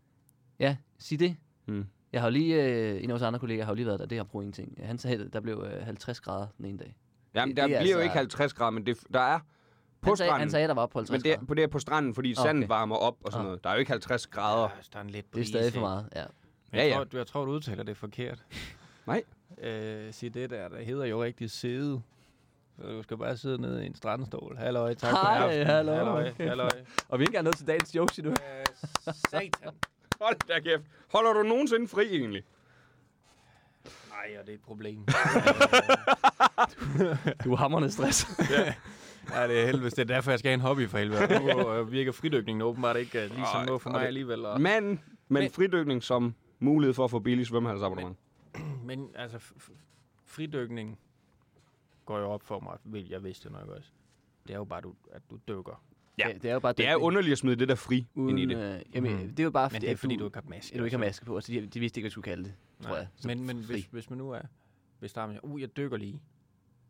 Speaker 4: Ja, sig det.
Speaker 5: Mm.
Speaker 4: Jeg har jo lige, øh, en af vores andre kolleger har jo lige været der, det har brugt ingenting. Han sagde, der blev øh, 50 grader den ene dag.
Speaker 5: Jamen,
Speaker 4: Det-
Speaker 5: der
Speaker 4: det er
Speaker 5: bliver jo
Speaker 4: altså-
Speaker 5: ikke 50 grader, men det, der er på
Speaker 4: han, sagde,
Speaker 5: stranden.
Speaker 4: han sagde, der var på 50
Speaker 5: men det er, på det er på stranden, fordi
Speaker 4: okay.
Speaker 5: sand varmer op og sådan
Speaker 4: Ah.
Speaker 5: noget. Der er jo ikke 50 grader.
Speaker 6: Altså, der er en let
Speaker 4: det er
Speaker 6: brise,
Speaker 4: stadig for
Speaker 6: ikke?
Speaker 4: meget, ja.
Speaker 6: Men Jeg,
Speaker 5: Ja, ja.
Speaker 6: Tror, jeg tror, du udtaler det forkert.
Speaker 5: Nej.
Speaker 6: Øh, sig det der, der hedder jo rigtig sæde. Så du skal bare sidde nede i en strandstol. Halløj, tak for i
Speaker 4: Hej,
Speaker 6: aften.
Speaker 4: hallo.
Speaker 6: Halløj,
Speaker 4: Okay.
Speaker 6: halløj.
Speaker 4: Og vi er ikke engang nået til dagens jokes endnu.
Speaker 6: Øh, satan.
Speaker 5: Hold da kæft. Holder du nogensinde fri egentlig?
Speaker 6: Nej, og det er et problem.
Speaker 4: Du er hammerende stress.
Speaker 6: ja, det er helvedes. Det er derfor, jeg skal have en hobby for helvede. Nu øh, virker fridykningen åbenbart ikke øh, lige som
Speaker 5: Ej,
Speaker 6: noget for
Speaker 5: og
Speaker 6: mig
Speaker 5: det-
Speaker 6: alligevel.
Speaker 4: Ah.
Speaker 6: Og...
Speaker 5: Men, men fridykning som mulighed for at få billig svømmehalsabonnement.
Speaker 6: Men altså, f- f- fridykning går jo op for mig, vil jeg vidste nok også. Det er jo bare, du, at du dykker.
Speaker 5: Ja.
Speaker 4: det er jo bare
Speaker 5: Det er jo underligt at smide det der fri
Speaker 4: uden,
Speaker 5: ind i det.
Speaker 4: Øh, jamen,
Speaker 6: Mm.
Speaker 4: det er jo bare,
Speaker 6: Men det er, fordi du ikke har maske.
Speaker 4: at du ikke har
Speaker 6: og så-
Speaker 4: maske på, så de, de vidste ikke, hvad de skulle kalde det, tror jeg. Så
Speaker 6: Men, men hvis,
Speaker 4: fri.
Speaker 6: hvis man nu er, hvis der er, uh, jeg dykker lige.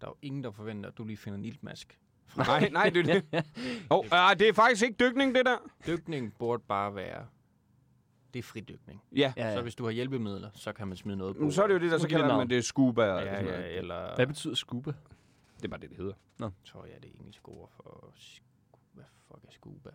Speaker 6: Der er jo ingen, der forventer, at du lige finder en iltmask.
Speaker 5: Nej, nej, det er det. Oh, ah, det er faktisk ikke dykning, det der.
Speaker 6: Dykning burde bare være det er fridykning.
Speaker 5: Ja.
Speaker 4: Ja,
Speaker 6: Ja, ja. Så
Speaker 4: ja.
Speaker 6: hvis du har hjælpemidler, så kan man smide noget på.
Speaker 5: Men så er det jo det, der så
Speaker 4: Udgivet
Speaker 5: kalder man
Speaker 4: navn.
Speaker 5: det scuba. Ja,
Speaker 6: Ja, ja,
Speaker 5: ja.
Speaker 6: eller...
Speaker 4: Hvad betyder scuba?
Speaker 5: Det er bare det, det hedder.
Speaker 6: tror jeg, det er engelske ord for... sku- Hvad fuck er scuba?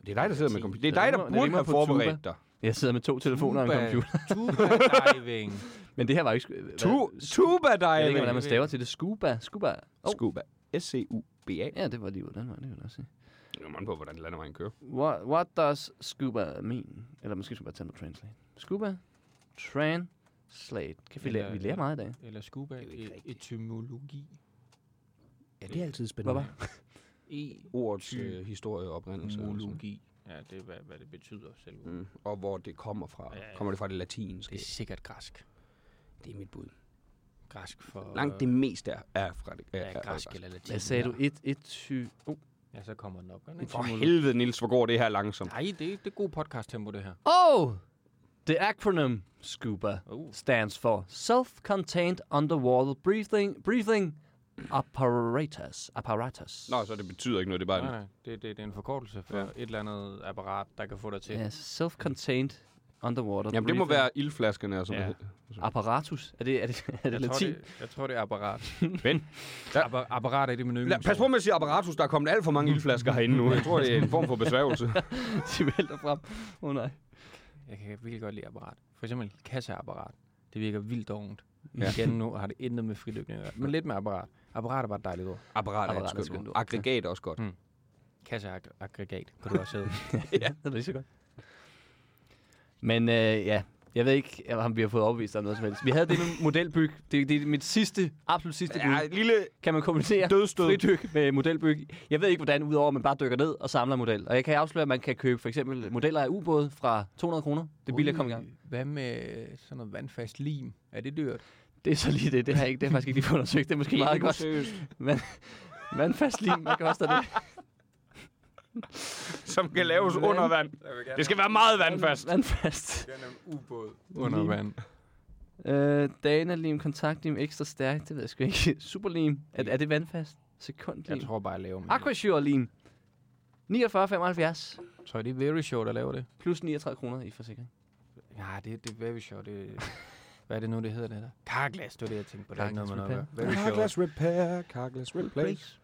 Speaker 5: Det er dig, der sidder med
Speaker 6: Præcis.
Speaker 5: computer. Det
Speaker 4: Så
Speaker 5: er dig,
Speaker 4: det
Speaker 5: der
Speaker 4: må- det
Speaker 5: burde
Speaker 4: rimer
Speaker 5: have
Speaker 4: på tuba.
Speaker 5: forberedt dig.
Speaker 4: Jeg sidder med to telefoner og en computer.
Speaker 6: Tuba-diving.
Speaker 4: Men det her var ikke... sku- hvad-
Speaker 5: Tu tuba
Speaker 4: Jeg ved ikke,
Speaker 5: diving.
Speaker 4: hvordan man staver til det. Scuba. Scuba. Oh.
Speaker 5: Scuba. E S-C-U-B-A.
Speaker 4: Ja, det var lige hvordan var det, vil jeg også sige.
Speaker 5: Det er man på, hvordan landevejen kører.
Speaker 4: What, what does scuba mean? Eller måske skulle jeg bare tage noget translate. Scuba. Translate. Kan vi, lære, vi lærer meget i dag.
Speaker 6: Eller scuba e- etymologi.
Speaker 1: Ja, det er altid
Speaker 4: Hvad
Speaker 1: spændende.
Speaker 4: var?
Speaker 5: Ordets øh, historie og oprindelse. og sådan.
Speaker 6: E. Etymologi. Ja, det er, hvad, hvad det betyder selv.
Speaker 5: Mm. Og hvor det kommer fra.
Speaker 6: Ja, ja.
Speaker 5: Kommer det fra det latinske?
Speaker 6: Det er sikkert græsk.
Speaker 5: Det er mit bud.
Speaker 6: Græsk for...
Speaker 5: Langt det meste er- er fra det.
Speaker 6: Ja, græsk eller latin.
Speaker 4: Hvad sagde
Speaker 6: ja.
Speaker 4: du? Et, et, ty... Oh.
Speaker 6: Ja, så kommer den op.
Speaker 5: For helvede, Nils, hvor går det her langsomt?
Speaker 6: Nej, det, er- det er god podcast-tempo, det her.
Speaker 4: oh! The acronym SCUBA
Speaker 6: Oh.
Speaker 4: stands for Self-Contained Underwater Breathing, breathing Apparatus. Apparatus.
Speaker 5: Nå, så det betyder ikke noget, det er bare
Speaker 6: Nej,
Speaker 5: en...
Speaker 6: nej, det, det, det er en forkortelse for ja. et eller andet apparat, der kan få dig til.
Speaker 4: Ja, Self-Contained Underwater
Speaker 5: Jamen, det må
Speaker 4: breathing
Speaker 5: være ildflaskerne altså. og sådan
Speaker 6: Ja.
Speaker 5: noget.
Speaker 4: Apparatus. Er det, er det, er det
Speaker 6: Jeg, tror,
Speaker 4: latin?
Speaker 6: det, jeg tror, det er apparat.
Speaker 5: Men,
Speaker 6: Ja. Appa- apparat er det med
Speaker 5: lad, pas på med at sige apparatus, der er kommet alt for mange ildflasker herinde nu. Jeg tror, det er en form for besværgelse.
Speaker 4: De vælter frem. Åh oh, nej.
Speaker 6: Jeg kan virkelig godt lide apparat. For eksempel kasseapparat. Det virker vildt dovent.
Speaker 5: Ja.
Speaker 6: Ja. Igen nu har det intet med friløbning at gøre. Men lidt med apparat. Apparat er bare et dejligt ord.
Speaker 5: Apparat er
Speaker 4: Apparat
Speaker 5: et
Speaker 4: er et
Speaker 5: skønt
Speaker 4: skønt
Speaker 5: ord.
Speaker 4: ord.
Speaker 5: Aggregat er også godt.
Speaker 6: Mm. Kasseaggregat kunne du også hedde.
Speaker 4: ja, det er lige så godt. Men øh, ja, jeg ved ikke, om vi har fået overbevist dig om noget som helst. Vi havde det med modelbyg. Det, det er mit sidste, absolut sidste bud.
Speaker 5: Ja, et lille
Speaker 4: Kan man kombinere
Speaker 5: dødstød.
Speaker 4: fridyk med modelbyg? Jeg ved ikke, hvordan, udover at man bare dykker ned og samler model. Og jeg kan afsløre, at man kan købe for eksempel modeller af ubåde fra 200 kroner. Det er billigt at komme i gang.
Speaker 6: Hvad med sådan noget vandfast lim? Er det dyrt?
Speaker 4: Det er så lige det. Det har jeg, ikke, det har jeg faktisk ikke lige fået undersøgt. Det er måske meget godt.
Speaker 5: Seriøst.
Speaker 4: Men, vandfast lim, hvad koster det?
Speaker 5: Som kan laves under vand. Det skal være meget vandfast.
Speaker 4: Vandfast.
Speaker 6: Ubåd. Under
Speaker 4: Lim.
Speaker 6: vand.
Speaker 4: Øh, Danalim, kontaktlim, ekstra stærk, det ved jeg sgu ikke. Superlim, er, er det vandfast? Sekundlim.
Speaker 6: Jeg tror bare, jeg laver mig.
Speaker 4: Aquasure-lim, 49,75
Speaker 6: Tror jeg, det er very short at lave det?
Speaker 4: plus 39 kroner i forsikring.
Speaker 6: Nej, det, det er very short. Det, hvad er det nu, det hedder det der? Karglas, det var det, jeg tænkte på. Det er ikke noget, man har at gøre. Very short.
Speaker 5: Carglass repair, Carglass replace.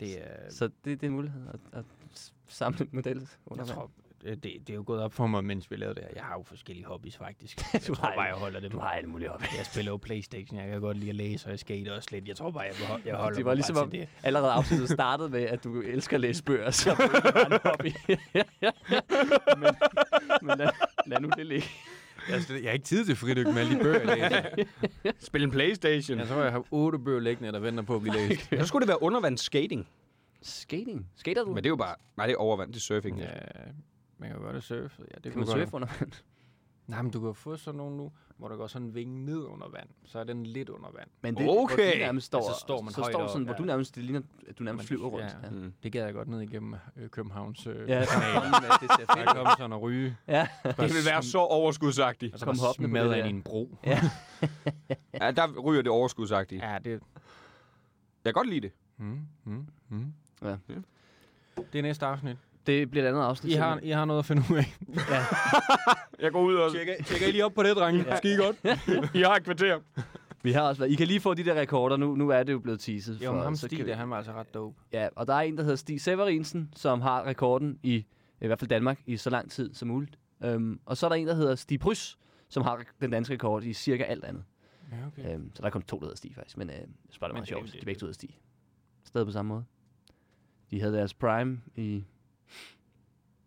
Speaker 6: Det er,
Speaker 4: Så det, det er en mulighed at, at s- samle en model under vand.
Speaker 6: Jeg tror, det, det det er jo gået op for mig, mens vi lavede det her. Jeg har jo forskellige hobbies, faktisk. Jeg tror
Speaker 4: har
Speaker 6: bare,
Speaker 4: alt-
Speaker 6: jeg holder det.
Speaker 4: du
Speaker 6: på-
Speaker 4: har alt muligt op.
Speaker 6: Jeg spiller jo Playstation, jeg kan godt lide at læse, og jeg skater også lidt. Jeg tror bare, jeg, beho- jeg holder
Speaker 4: Det
Speaker 6: det
Speaker 4: var ligesom
Speaker 6: bare
Speaker 4: om
Speaker 6: til det.
Speaker 4: allerede afsnittet startede med, at du elsker at læse bøger, så det er bare en hobby. men men lad, lad, nu det ligge.
Speaker 6: Jeg, slet- jeg har ikke tid til fridyk med alle de bøger, jeg læser.
Speaker 5: Spil en Playstation.
Speaker 6: Jeg tror, jeg har otte bøger liggende, der venter på at blive læst.
Speaker 5: Så skulle det være undervandsskating.
Speaker 4: Skating? Skater du?
Speaker 5: Men det er jo bare... Nej, det er overvand. Det er surfing.
Speaker 6: ja, man kan jo godt have surfet. Ja, det
Speaker 4: kan man
Speaker 6: kunne godt-
Speaker 4: surfe under vand?
Speaker 6: Nej, men du kan jo få sådan nogle nu, hvor der går sådan en vinge ned under vand. Så er den lidt under vand.
Speaker 4: Men det, hvor
Speaker 5: Okay.
Speaker 4: du nærmest står,
Speaker 6: Altså, står man
Speaker 4: så
Speaker 6: højt
Speaker 4: står du
Speaker 6: op,
Speaker 4: sådan, hvor
Speaker 6: ja.
Speaker 4: du nærmest, det ligner, at du nærmest
Speaker 6: Man-
Speaker 4: flyver rundt.
Speaker 6: ja.
Speaker 4: Ja.
Speaker 5: Mm.
Speaker 6: Det gad jeg godt ned igennem øh, Københavns øh,
Speaker 4: Ja,
Speaker 6: ja. kanal.
Speaker 4: det ser
Speaker 6: Der kom sådan og ryge.
Speaker 4: Ja.
Speaker 5: Det vil være så overskudsagtigt.
Speaker 6: Og så
Speaker 4: Kom
Speaker 6: bare
Speaker 4: hoppende på det der.
Speaker 6: smadre ind i en bro.
Speaker 5: Ja, der ryger det overskudsagtigt.
Speaker 6: Ja, det...
Speaker 5: Jeg kan godt lide det.
Speaker 6: Mm, mm, mm.
Speaker 4: Ja.
Speaker 6: Det er næste afsnit.
Speaker 4: Det bliver et andet afsnit.
Speaker 6: I har, I har noget at finde ud af.
Speaker 4: Ja.
Speaker 5: Jeg går ud og... Tjekker, tjekker I lige op på det, drenge. Ja. Skide godt. I har et kvarter.
Speaker 4: Vi har også været. I kan lige få de der rekorder. Nu, nu er det jo blevet teaset.
Speaker 6: Jo, men ham Stig,
Speaker 4: kan vi-
Speaker 6: der, han var altså ret dope.
Speaker 4: Ja, og der er en, der hedder Stig Severinsen, som har rekorden i, i hvert fald Danmark, i så lang tid som muligt. Um, og så er der en, der hedder Stig Brys, som har rek- den danske rekord i cirka alt andet.
Speaker 6: Ja, okay.
Speaker 4: Ja. Um, så der er kun to, der hedder Stig faktisk, men uh, jeg synes bare, det var
Speaker 6: Men
Speaker 4: meget
Speaker 6: det-
Speaker 4: sjovt.
Speaker 6: det-
Speaker 4: De begge to hedder Stig. Stadig på samme måde. De havde deres prime i...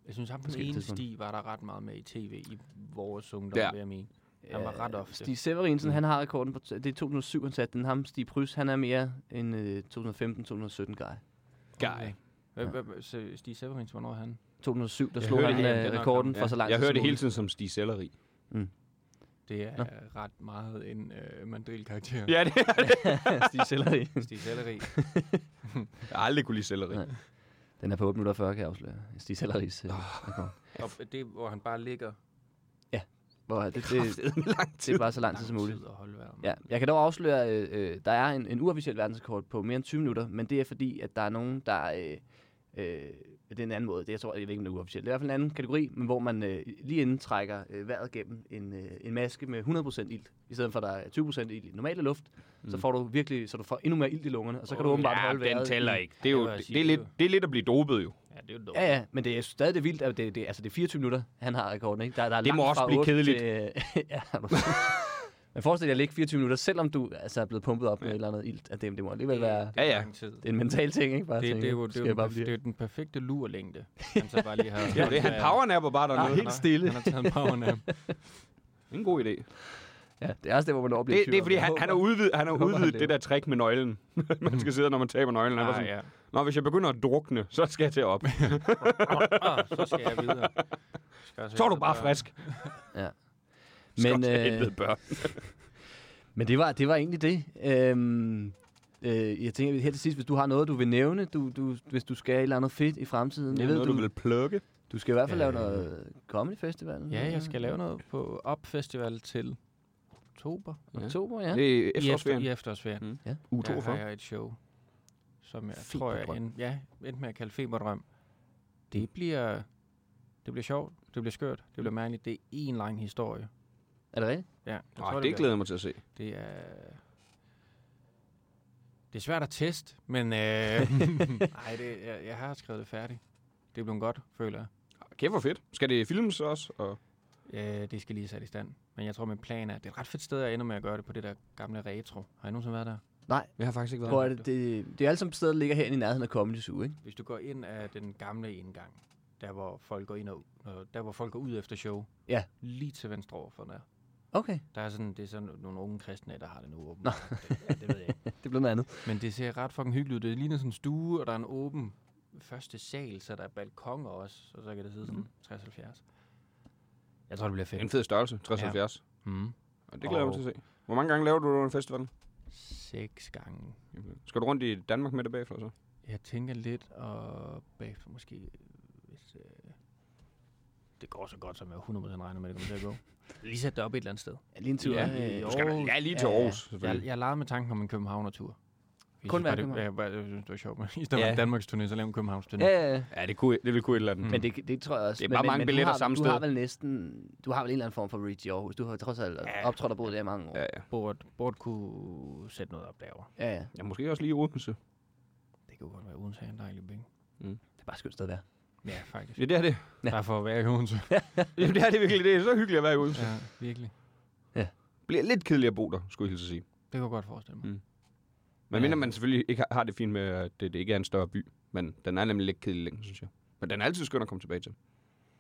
Speaker 6: Jeg synes, ham den
Speaker 4: Forskellige
Speaker 6: ene
Speaker 4: tidspunkter.
Speaker 6: Stig var der ret meget med i tv i vores ungdom,
Speaker 5: Ja.
Speaker 6: ja. vil jeg mene. Han var
Speaker 4: øh,
Speaker 6: ret ofte.
Speaker 4: Stig Severinsen, mm. han har rekorden på... t- Det er 2007, han satte den. Ham, Stig Brys, han er mere en øh, 2015-2017 guy.
Speaker 5: Guy.
Speaker 6: Hvad-
Speaker 4: Ja.
Speaker 6: hvad- hvad- Se- Stig Severins, hvornår er han?
Speaker 4: 2007, der
Speaker 5: Jeg
Speaker 4: slog
Speaker 5: hørte
Speaker 4: han
Speaker 5: det,
Speaker 4: øh,
Speaker 6: ja, det er nok
Speaker 4: rekorden
Speaker 6: ham,
Speaker 4: for så lang
Speaker 5: Jeg
Speaker 4: tid
Speaker 5: hører
Speaker 4: som
Speaker 5: det hele
Speaker 4: muligt.
Speaker 5: tiden som Stig Selleri.
Speaker 6: Det er ret meget en øh, mandrilkarakter.
Speaker 5: Ja, det er det.
Speaker 4: Stig Selleri.
Speaker 6: Stig Selleri.
Speaker 5: Jeg har aldrig kunne lide Selleri.
Speaker 4: Nej. Den er på 8 minutter og 40, kan jeg afsløre. Stig Selleris øh, rekord.
Speaker 6: Og det, er, hvor han bare ligger
Speaker 4: Hvor det, det, det, det er bare så lang tid som muligt.
Speaker 6: og holder vejret. mand.
Speaker 4: Ja, jeg kan dog afsløre, øh, øh, der er en, en uofficiel verdensrekord på mere end 20 minutter, men det er fordi, at der er nogen, der øh, Øh, det er en anden måde. Det, jeg tror, jeg ved ikke, om det er uofficielt. Det er i hvert fald en anden kategori, men hvor man øh, lige inden trækker øh, vejret gennem en, øh, en maske med 100% ilt. I stedet for, at der er 20% ilt i den normale luft, mm. så får du virkelig så du får endnu mere ilt i lungerne, og så kan du åbenbart holde vejret.
Speaker 5: den tæller
Speaker 4: i-
Speaker 5: ikke. Det er jo
Speaker 6: Det var
Speaker 5: det,
Speaker 6: sygt,
Speaker 5: det, er lidt,
Speaker 6: jo.
Speaker 5: det er lidt at blive dopet jo.
Speaker 6: Ja, det er jo dumt.
Speaker 4: Ja, ja, men det er stadig det vildt, at det, det, altså det er 24 minutter, han har rekorden, ikke? Der, der er
Speaker 5: Det
Speaker 4: langt
Speaker 5: må også
Speaker 4: fra
Speaker 5: blive
Speaker 4: 8
Speaker 5: kedeligt.
Speaker 4: Til, ja, er du sindssyg? men forestil dig at ligge 24 minutter, selvom du altså, er blevet pumpet op med et eller andet ilt. At det, det må alligevel være...
Speaker 5: Ja, ja.
Speaker 6: lang tid.
Speaker 4: Det er en mental ting, ikke? Bare
Speaker 6: Det,
Speaker 4: tænke,
Speaker 6: det, er jo,
Speaker 4: skal
Speaker 6: det, er
Speaker 4: jeg
Speaker 6: jo
Speaker 4: bare
Speaker 6: den,
Speaker 4: blive-
Speaker 6: det er jo den perfekte lurlængde, han så bare lige har...
Speaker 5: Det er jo det. Han powernapper bare
Speaker 6: Han
Speaker 5: dernede.
Speaker 6: har-
Speaker 5: Det
Speaker 6: Han har taget en powernap.
Speaker 5: er en god idé.
Speaker 4: Ja, det er også det, hvor man når bliver
Speaker 5: Det, det er fordi, han, han har udvidet, han har
Speaker 4: håber, han
Speaker 5: udvidet det
Speaker 4: lever.
Speaker 5: der trick med nøglen. man skal sidde, når man taber nøglen. Han var
Speaker 6: Ah,
Speaker 5: sådan,
Speaker 6: ja.
Speaker 5: Nå, hvis jeg begynder at drukne, så skal jeg til at op.
Speaker 6: Ah, så skal jeg videre. Skal også
Speaker 5: Så er du
Speaker 6: efter
Speaker 5: bare
Speaker 6: børn.
Speaker 5: frisk.
Speaker 4: Men,
Speaker 5: øh...
Speaker 4: øh, men det, var, det var egentlig det. Øhm, øh, jeg tænker her til sidst, hvis du har noget, du vil nævne, du, du, hvis du skal et eller andet fedt i fremtiden. Jeg ved,
Speaker 5: Noget, du vil plukke.
Speaker 4: du skal i hvert fald lave
Speaker 6: Øh.
Speaker 4: noget comedy festival.
Speaker 6: Ja, jeg skal lave noget på Op Festival til oktober.
Speaker 4: Oktober, ja.
Speaker 5: Det er
Speaker 6: I efter-
Speaker 5: efterårsferien.
Speaker 6: I efterårsferien.
Speaker 5: Mm.
Speaker 4: Ja.
Speaker 5: Uge
Speaker 6: Der har
Speaker 5: 42.
Speaker 6: jeg et show, som jeg tror, jeg
Speaker 4: Feberdrøm.
Speaker 6: end, ja, endte med at kalde Feberdrøm. Det bliver, det bliver sjovt, det bliver skørt, det bliver mærkeligt. Det er en lang historie.
Speaker 4: Er det rigtigt?
Speaker 6: Ja, jeg
Speaker 5: Nå,
Speaker 6: det
Speaker 5: det
Speaker 6: bliver-
Speaker 5: glæder jeg mig til at se.
Speaker 6: Det er... Det er svært at teste, men... Øh, ej, det, jeg, jeg har skrevet det færdigt. Det er blevet godt, føler jeg.
Speaker 5: Kæft, hvor fedt. Skal det filmes også? Og...
Speaker 6: Øh, det skal lige sætte i stand. Men jeg tror, min plan er... Det er et ret fedt sted, jeg ender med at gøre det på det der gamle retro. Har I nogensinde været der?
Speaker 4: Nej.
Speaker 5: Jeg har faktisk ikke
Speaker 4: Hvor er det, det, det er alle sammen steder, der ligger herinde i nærheden af Comedy Zoo, ikke?
Speaker 6: Hvis du går ind af den gamle indgang, der hvor folk går ind og øh, der hvor folk går ud efter show,
Speaker 4: Ja.
Speaker 6: lige til venstre overfor der.
Speaker 4: Okay,
Speaker 6: Der er sådan, det er sådan nogle unge kristne, der har det nu åbent. Det, ja, det ved jeg ikke.
Speaker 4: det blev noget andet.
Speaker 6: Men det ser ret fucking hyggeligt ud. Det ligner sådan en stue, og der er en åben første sal, så der er balkonger også, og så kan det sidde sådan 60-70. Mhm. Jeg tror, det bliver
Speaker 5: En
Speaker 6: fedt.
Speaker 5: fed størrelse, 60
Speaker 6: Mm.
Speaker 5: Og det glæder jeg mig
Speaker 6: Og-
Speaker 5: til at se. Hvor mange gange laver du det under festivalen?
Speaker 6: Seks gange.
Speaker 5: Skal du rundt i Danmark med det bagfra så?
Speaker 6: Jeg tænker lidt, og bagefter måske, hvis øh, det går så godt, som jeg 100% regner med, det kommer til at gå. Lige sætte det op et eller andet sted.
Speaker 4: Ja, lige en tur.
Speaker 6: Ja,
Speaker 4: øh,
Speaker 6: i
Speaker 5: Du skal da ja, lige til
Speaker 4: Ja, ja.
Speaker 5: Aarhus,
Speaker 6: Jeg,
Speaker 5: selvfølgelig.
Speaker 6: jeg legede med tanken om en Københavner-tur. Jeg
Speaker 4: Kun
Speaker 6: synes bare,
Speaker 4: være
Speaker 6: det,
Speaker 4: i
Speaker 6: jeg, jeg, jeg synes, det var sjovt, men i stedet for
Speaker 5: Ja.
Speaker 6: en Danmarks turné, så lavede en Københavns turné.
Speaker 4: Ja, ja, ja.
Speaker 5: Ja, det, kunne, det ville kunne et eller andet.
Speaker 4: Men det, det tror jeg også.
Speaker 5: Det er
Speaker 4: men,
Speaker 5: bare
Speaker 4: men,
Speaker 5: mange
Speaker 4: men
Speaker 5: billetter
Speaker 4: du har,
Speaker 5: samme
Speaker 4: Du
Speaker 5: sted.
Speaker 4: har vel næsten, du har vel en eller anden form for reach i Aarhus. Du har trods alt optrådt og boet der i mange år.
Speaker 5: Ja, ja.
Speaker 6: Bort, Bort kunne sætte noget op derovre.
Speaker 4: ja. ja.
Speaker 5: ja, måske også lige i Odense.
Speaker 6: Det kunne godt være Odense er en dejlig by.
Speaker 4: Det er bare et skønt sted at være.
Speaker 6: Ja, faktisk.
Speaker 5: Ja, det er det.
Speaker 4: Ja.
Speaker 6: Bare for at være i Odense.
Speaker 5: Jamen, det er det virkelig. Det er så hyggeligt at være i Odense.
Speaker 6: ja, virkelig.
Speaker 5: Bliver lidt kedeligt at bo der, skulle jeg hilse at sige.
Speaker 6: Det kunne jeg godt forestille mig.
Speaker 5: Mm. Men
Speaker 6: Ja.
Speaker 5: mindre man selvfølgelig ikke har- har det fint med, at det, det ikke er en større by. Men den er nemlig lidt kedelig længe, synes jeg. Men den er altid skøn at komme tilbage til.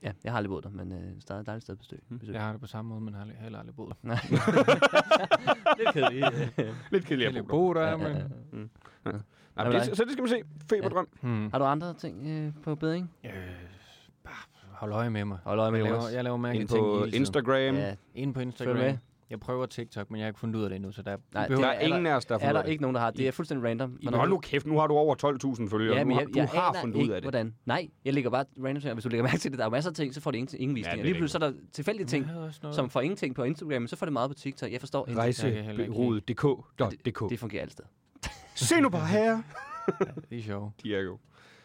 Speaker 4: Ja, jeg har aldrig boet der, men øh, stadig et dejligt sted at besøge. besøge.
Speaker 6: Jeg har det på samme måde, men har heller aldrig boet.
Speaker 4: Nej. det er kedeligt.
Speaker 5: Lidt kedelig at bo
Speaker 6: Jeg
Speaker 5: der.
Speaker 4: Ja,
Speaker 6: bo der, men...
Speaker 4: ja, ja.
Speaker 5: Nej,
Speaker 4: Hvad
Speaker 5: men
Speaker 4: med
Speaker 5: det,
Speaker 4: dig?
Speaker 5: så det skal man se. Feberdrøm.
Speaker 6: Hmm.
Speaker 4: Har du andre ting øh, på bedring?
Speaker 6: Øh, bare hold øje med mig.
Speaker 4: Hold øje med
Speaker 6: Jeg laver,
Speaker 4: Jonas.
Speaker 6: jeg laver mærkelige
Speaker 5: Ind
Speaker 6: ting
Speaker 5: på
Speaker 6: hele tiden.
Speaker 5: Instagram.
Speaker 4: Ja,
Speaker 6: Inde på
Speaker 4: Følg med.
Speaker 6: Instagram. Jeg prøver TikTok, men jeg har ikke fundet ud af det endnu, så der
Speaker 4: Nej,
Speaker 6: Nej,
Speaker 5: Der
Speaker 6: behøver...
Speaker 5: er
Speaker 4: er
Speaker 5: ingen af os, der har
Speaker 4: er
Speaker 5: fundet ud
Speaker 4: der
Speaker 5: af det.
Speaker 4: ikke nogen, der har? Det er fuldstændig random.
Speaker 5: Men hold nu kæft, nu har du over 12.000 følgere.
Speaker 4: Ja,
Speaker 5: Ja,
Speaker 4: men
Speaker 5: nu har,
Speaker 4: jeg, jeg
Speaker 5: du har
Speaker 4: aner
Speaker 5: fundet ud
Speaker 4: ikke,
Speaker 5: af det.
Speaker 4: hvordan. Nej, jeg lægger bare random ting. Hvis du lægger mærke til det, der er jo masser af ting, så får det ingen, ingen visninger.
Speaker 5: det
Speaker 4: Ja,
Speaker 5: er
Speaker 4: Lige pludselig så er der tilfældige ting,
Speaker 6: Jeg havde også noget.
Speaker 4: som får ingenting på Instagram, men så får det meget på TikTok. Jeg forstår ikke.
Speaker 5: Rejsebureauet.dk
Speaker 4: Det fungerer altid.
Speaker 5: Se nu bare her.
Speaker 6: Det er sjovt.
Speaker 5: De er jo.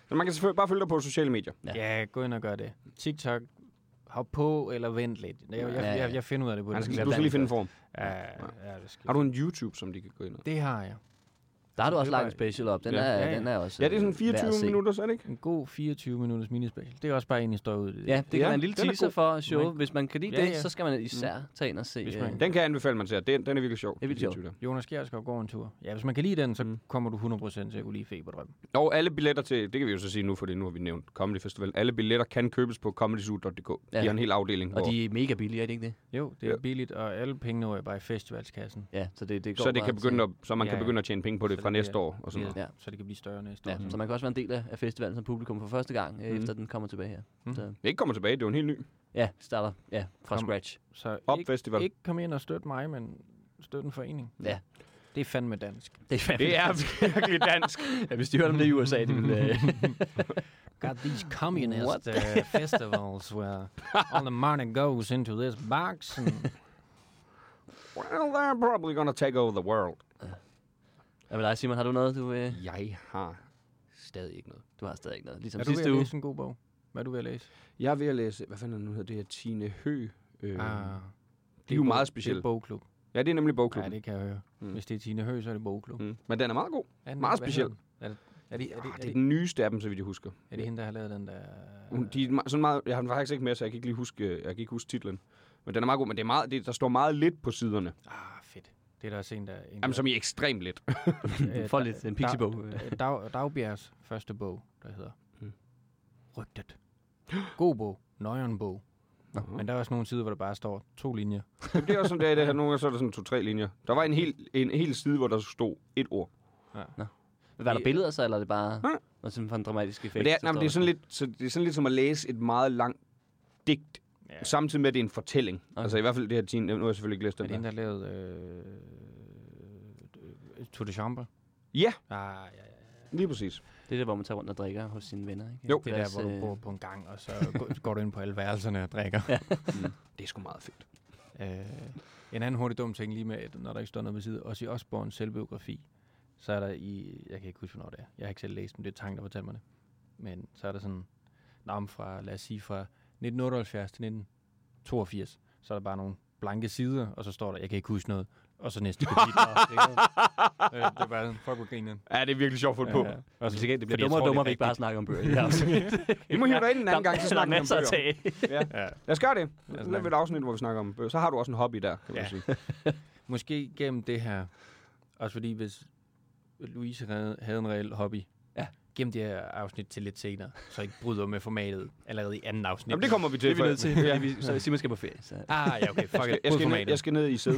Speaker 5: Så man kan selvfølgelig bare følge dig på sociale medier.
Speaker 6: Ja. ja, gå ind og gør det. TikTok, hop på eller vent lidt. Jeg, jeg,
Speaker 4: Ja, ja.
Speaker 6: jeg, jeg finder ud af det på
Speaker 5: Man skal,
Speaker 6: det.
Speaker 5: Altså, du skal lige finde en form.
Speaker 6: Ja, ja, det skal.
Speaker 5: Har du en YouTube, som de kan gå ind og...
Speaker 6: Det har jeg.
Speaker 4: Der har du også
Speaker 6: det er
Speaker 4: lagt en special op. Den,
Speaker 5: Ja.
Speaker 4: er,
Speaker 6: Ja, ja.
Speaker 4: den er også
Speaker 5: Ja, det er sådan
Speaker 4: øh, værd at
Speaker 5: 24
Speaker 4: se.
Speaker 5: minutter, så er det ikke?
Speaker 6: En god 24 minutters minispecial. Det er også bare en historie ud. i det.
Speaker 4: Ja, det kan
Speaker 5: Ja,
Speaker 4: være en lille
Speaker 5: den er
Speaker 4: teaser
Speaker 5: god.
Speaker 4: for showet. Hvis man kan lide
Speaker 6: Ja,
Speaker 4: det,
Speaker 6: ja.
Speaker 4: så skal man især tage ind og se.
Speaker 6: Hvis
Speaker 4: øh,
Speaker 6: man-
Speaker 5: Den kan jeg anbefale, Mm. man ser. Den, den er virkelig sjov.
Speaker 4: er virkelig sjov.
Speaker 5: 24 der.
Speaker 6: Jonas Gjerskov går en tur. Ja, hvis man kan lide den, så
Speaker 5: Mm.
Speaker 6: kommer du 100% til at kunne lide Feberdrøm.
Speaker 5: Og alle billetter til, det kan vi jo så sige nu, fordi nu har vi nævnt Comedy Festival. Alle billetter kan købes på comedyzoo.dk. De
Speaker 4: Ja.
Speaker 5: har en hel afdeling.
Speaker 4: Og
Speaker 5: hvor-
Speaker 4: de er mega billige, er det ikke det?
Speaker 6: Jo, det er
Speaker 5: Ja.
Speaker 6: billigt, og alle pengene er bare i festivalskassen.
Speaker 4: Ja, så det, det går
Speaker 5: så, det
Speaker 4: meget
Speaker 5: kan begynde
Speaker 4: til-
Speaker 5: at, så man
Speaker 6: Ja,
Speaker 5: kan
Speaker 6: ja.
Speaker 5: begynde at tjene penge på det
Speaker 6: Så
Speaker 5: fra
Speaker 6: det bliver-
Speaker 5: næste år og sådan
Speaker 6: Ja,
Speaker 5: noget.
Speaker 4: Ja.
Speaker 6: Så det kan blive større næste år.
Speaker 5: Mm.
Speaker 4: Ja, så man kan også være en del af af festivalen som publikum for første gang, øh, efter den kommer tilbage her. Så,
Speaker 5: Det ikke kommer tilbage, det er jo en helt ny.
Speaker 4: ja, starter ja, fra
Speaker 6: Kom.
Speaker 4: scratch.
Speaker 6: Så
Speaker 5: Op
Speaker 6: ikke,
Speaker 5: festival.
Speaker 6: ikke kom ind og støt mig, men støt en forening.
Speaker 4: Ja.
Speaker 6: Det er fandme dansk.
Speaker 4: Det er fandme
Speaker 5: Det er virkelig dansk.
Speaker 4: Ja, hvis de hørte om det i USA, det ville... Øh,
Speaker 6: Got these communist uh, festivals where all the money goes into this box. And
Speaker 5: Well, they're probably gonna take over the world.
Speaker 4: Hvad med dig, Simon? Har du noget, du... Øh...
Speaker 5: Jeg har stadig ikke noget.
Speaker 4: Du har stadig ikke noget. Ligesom
Speaker 6: er du ved
Speaker 4: sidste
Speaker 6: at
Speaker 4: uge.
Speaker 6: læse en god bog? Hvad er du ved at læse?
Speaker 5: Jeg er ved at læse, hvad fanden er det nu hedder, det her Tine Hø. Øh, ah,
Speaker 6: det
Speaker 5: jo
Speaker 6: bog-
Speaker 5: meget
Speaker 6: Det
Speaker 5: specielle.
Speaker 6: er bogklub.
Speaker 5: ja, det er nemlig
Speaker 6: Ja,
Speaker 5: bogklubben.
Speaker 6: det kan jeg høre.
Speaker 5: Mm.
Speaker 6: Hvis det er Tine Høgh, så er det bogklub.
Speaker 5: Mm. Men den er meget god.
Speaker 6: Er den-
Speaker 5: Meget
Speaker 6: hvad
Speaker 5: speciel.
Speaker 6: hedder den? Er det, er det, er det,
Speaker 5: Ah,
Speaker 6: er
Speaker 5: det er
Speaker 6: det,
Speaker 5: den nyeste af dem, så vidt jeg husker.
Speaker 6: er det hende, der har lavet den der...
Speaker 5: Hun- De er me- sådan meget, jeg har den faktisk ikke med, så jeg kan ikke lige huske, øh, jeg kan ikke huske titlen. Men den er meget god, men det er meget, det, der står meget lidt på siderne.
Speaker 6: Ah, fedt. Det er der også en, der... øh, En,
Speaker 5: Jamen, som i ekstremt lidt.
Speaker 6: som
Speaker 4: For lidt en pixiebog.
Speaker 6: Dag, Dagbjergs første bog, der hedder
Speaker 5: Mm.
Speaker 6: Rygtet. God bog. Nøjeren bog.
Speaker 5: Nå.
Speaker 6: Men der er også nogle sider, hvor der bare står to linjer.
Speaker 5: Jamen, det er også sådan, det er i det her. Nogle gange så er der sådan to-tre linjer. Der var en hel, en hel side, hvor der stod et ord.
Speaker 4: Hvad er der billeder så, eller er det bare
Speaker 5: Nej.
Speaker 4: noget sådan for en dramatisk effekt?
Speaker 5: Men det er,
Speaker 4: så
Speaker 5: nej, men
Speaker 4: står
Speaker 5: det er sådan
Speaker 4: der
Speaker 5: lidt, så det er sådan lidt som at læse et meget langt digt,
Speaker 6: Ja.
Speaker 5: samtidig med, at det er en fortælling.
Speaker 4: Okay.
Speaker 5: Altså i hvert fald det her Tine, nu har jeg selvfølgelig ikke læst
Speaker 6: Den er
Speaker 5: den
Speaker 6: det hende,
Speaker 5: der.
Speaker 6: der lavede øh, øh, Tour de Chambre?
Speaker 5: Ja,
Speaker 6: Ah, ja, ja.
Speaker 5: lige præcis.
Speaker 4: Det er der, hvor man tager rundt og drikker hos sine venner, ikke?
Speaker 5: Jo.
Speaker 6: Det er der, hvor du bor på en gang, og så gå- går du ind på alle værelserne og drikker.
Speaker 5: Det er sgu meget fedt.
Speaker 6: Øh, en anden hurtig dum ting lige med, at når der ikke står noget ved siden, også i Osborns selvbiografi, så er der i, jeg kan ikke huske, hvornår det er, jeg har ikke selv læst, men det er Tang, der fortalte mig det, men så er der sådan navn fra, lad os sige, fra 1978 til 1982, så er der bare nogle blanke sider, og så står der, jeg kan ikke huske noget, og så næste kapitel. og det, er- øh, det er bare sådan, fuck hvor grinen.
Speaker 5: Ja, det er virkelig sjovt fundet på.
Speaker 6: Og så, det
Speaker 4: Det er dummere og dummere, at vi ikke bare snakker om bøger. i det her afsnit.
Speaker 5: Vi må hive dig ind en anden gang, så
Speaker 4: Der er
Speaker 5: snakker vi om
Speaker 4: masser at
Speaker 5: bøger.
Speaker 4: tage. Altså, af.
Speaker 5: Lad os gøre det.
Speaker 6: os
Speaker 5: Det er
Speaker 6: snakke.
Speaker 5: et afsnit, hvor vi snakker om bøger. Så har du også en hobby der, kan man
Speaker 6: Ja.
Speaker 5: sige.
Speaker 6: Måske gennem det her, også fordi hvis Louise havde, havde en reel hobby,
Speaker 4: Ja.
Speaker 6: gennem det her afsnit til lidt senere, så ikke bryder med formatet allerede i anden afsnit.
Speaker 5: Jamen, det kommer vi til.
Speaker 4: Det er vi
Speaker 5: for-
Speaker 4: nødt til,
Speaker 5: Ja.
Speaker 4: fordi vi, så Simon skal på ferie. Så.
Speaker 6: Ah, ja, okay, fuck it,
Speaker 5: Jeg
Speaker 6: bryd
Speaker 5: skal, ned,
Speaker 6: formatet.
Speaker 5: jeg skal ned i sæde.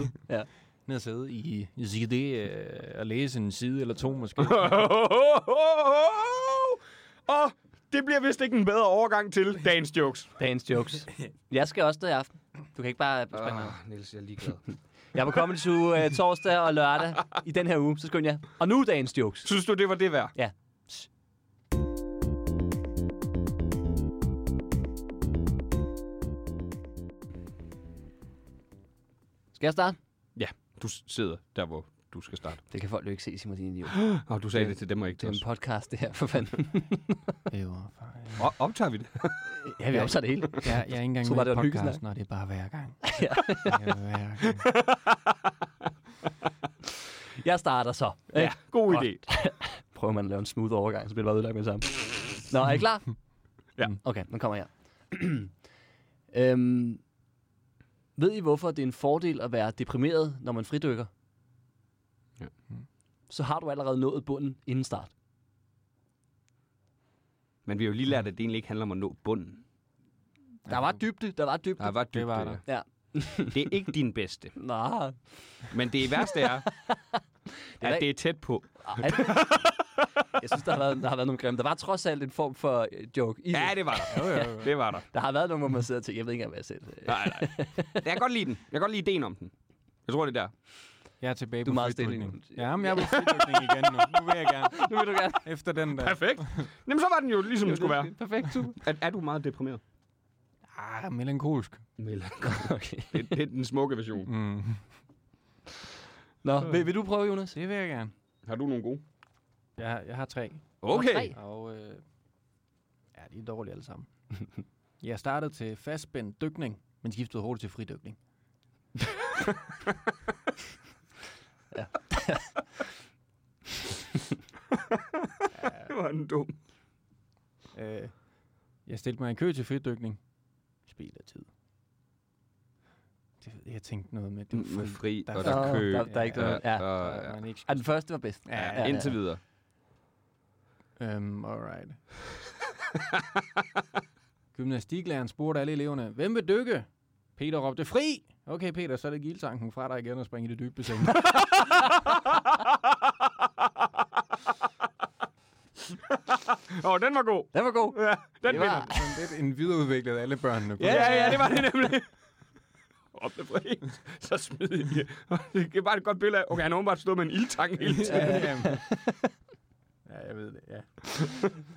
Speaker 6: Ned og sidde i, i CD øh, og læse en side eller to måske.
Speaker 5: Og det bliver vist ikke en bedre overgang til dagens jokes.
Speaker 4: Dagens jokes. Jeg skal også der i aften. Du kan ikke bare
Speaker 5: Ah.
Speaker 4: springe mig.
Speaker 5: Niels, jeg er ligeglad.
Speaker 4: Jeg er på Comedy Zoo øh, torsdag og lørdag i den her uge. Så skynd jer. Og nu dagens jokes.
Speaker 5: Synes du, det var det værd?
Speaker 4: Ja. Skal jeg starte?
Speaker 5: Ja, du s- sidder der, hvor du skal starte.
Speaker 4: Det kan folk jo ikke se, Simon, din idiot.
Speaker 5: Og du sagde det, til dem og ikke
Speaker 4: Det
Speaker 5: til
Speaker 4: er
Speaker 5: os.
Speaker 4: en podcast, det her, for fanden.
Speaker 6: det var far, ja.
Speaker 5: Og optager vi det?
Speaker 4: Ja, vi optager det hele.
Speaker 6: jeg, jeg er ikke engang
Speaker 4: Tror
Speaker 6: med
Speaker 4: bare,
Speaker 6: i
Speaker 4: det var en hyggesnak.
Speaker 6: podcasten, og det er bare hver gang.
Speaker 4: Ja.
Speaker 6: Det er hver gang.
Speaker 4: Jeg starter så.
Speaker 5: Ja, god
Speaker 4: Godt.
Speaker 5: idé.
Speaker 4: Prøver man at lave en smooth overgang, så bliver det bare ødelagt med det samme. Nå, er I klar?
Speaker 5: Ja.
Speaker 4: Okay, nu kommer jeg. øhm, ved I, hvorfor det er en fordel at være deprimeret, når man fridykker?
Speaker 5: Ja.
Speaker 4: Så har du allerede nået bunden inden start.
Speaker 5: Men vi har jo lige lært, at det egentlig ikke handler om at nå bunden.
Speaker 4: Der var dybde, der var dybde.
Speaker 5: Der var dybt,
Speaker 6: Det var
Speaker 5: det
Speaker 4: der.
Speaker 5: Det er ikke din bedste.
Speaker 4: Nej.
Speaker 5: Men det værste er, at det er tæt på.
Speaker 4: Jeg synes, der har, været, der har været nogle grimme. Der var trods alt en form for øh, joke i
Speaker 5: Ja,
Speaker 4: det.
Speaker 5: det var der. Det var der.
Speaker 4: Der har været nogle, hvor man sidder og tænker, jeg ved ikke engang, hvad jeg selv. øh,
Speaker 5: Nej, nej. Jeg kan godt lide den. Jeg kan godt lide ideen om den. Jeg tror, det er der.
Speaker 6: Jeg er tilbage
Speaker 4: Du er
Speaker 6: på
Speaker 4: meget stille
Speaker 6: fritdykning.
Speaker 4: nu.
Speaker 6: Ja, men jeg er på fritdykning igen nu. Nu vil jeg gerne.
Speaker 4: Nu vil du gerne.
Speaker 6: Efter den der.
Speaker 5: Perfekt. Jamen, så var den jo ligesom den skulle være.
Speaker 4: Perfekt, super.
Speaker 5: Er, er du meget deprimeret?
Speaker 6: Ah, melankolsk.
Speaker 4: Okay.
Speaker 5: Det, det er den smukke version.
Speaker 6: Mm.
Speaker 4: Nå, vil, vil du prøve, Jonas?
Speaker 6: Det vil jeg gerne.
Speaker 5: Har du nogle gode?
Speaker 6: Jeg, jeg har tre.
Speaker 5: Okay.
Speaker 6: Og øh, ja, de er dårlige alle sammen. jeg startede til fastspændt dykning, men skiftede hurtigt til fridykning.
Speaker 5: Det var den dum.
Speaker 6: Øh, jeg stillede mig i kø til fridykning. Spil af tid. Det, ved jeg jeg tænkte noget med, det var
Speaker 5: Med
Speaker 6: fri.
Speaker 5: Mm, fri,
Speaker 6: Der er
Speaker 5: og der
Speaker 6: fri.
Speaker 4: Nå,
Speaker 5: er kø.
Speaker 4: der- der er ikke noget- ja.
Speaker 5: og-
Speaker 6: og man ikke
Speaker 4: Ja, den første var bedst.
Speaker 5: Ja, indtil videre.
Speaker 6: Um, alright. Gymnastiklæreren spurgte alle eleverne, hvem vil dykke? Peter råbte, fri! Okay, Peter, så er det gildtanken fra dig igen og springe i det dybe bassin.
Speaker 5: Åh, oh, den var god.
Speaker 4: Den var god.
Speaker 5: Ja, den
Speaker 4: Det
Speaker 5: vinder.
Speaker 4: var,
Speaker 6: Sådan lidt en videreudviklet af alle børnene.
Speaker 5: Ja, ja, ja, det var det nemlig. Op med fri. Så smid I. Det er bare et godt billede af, okay, han har åbenbart stået med en ildtang hele tiden.
Speaker 6: ja, ja, ja. ja, jeg ved det, ja.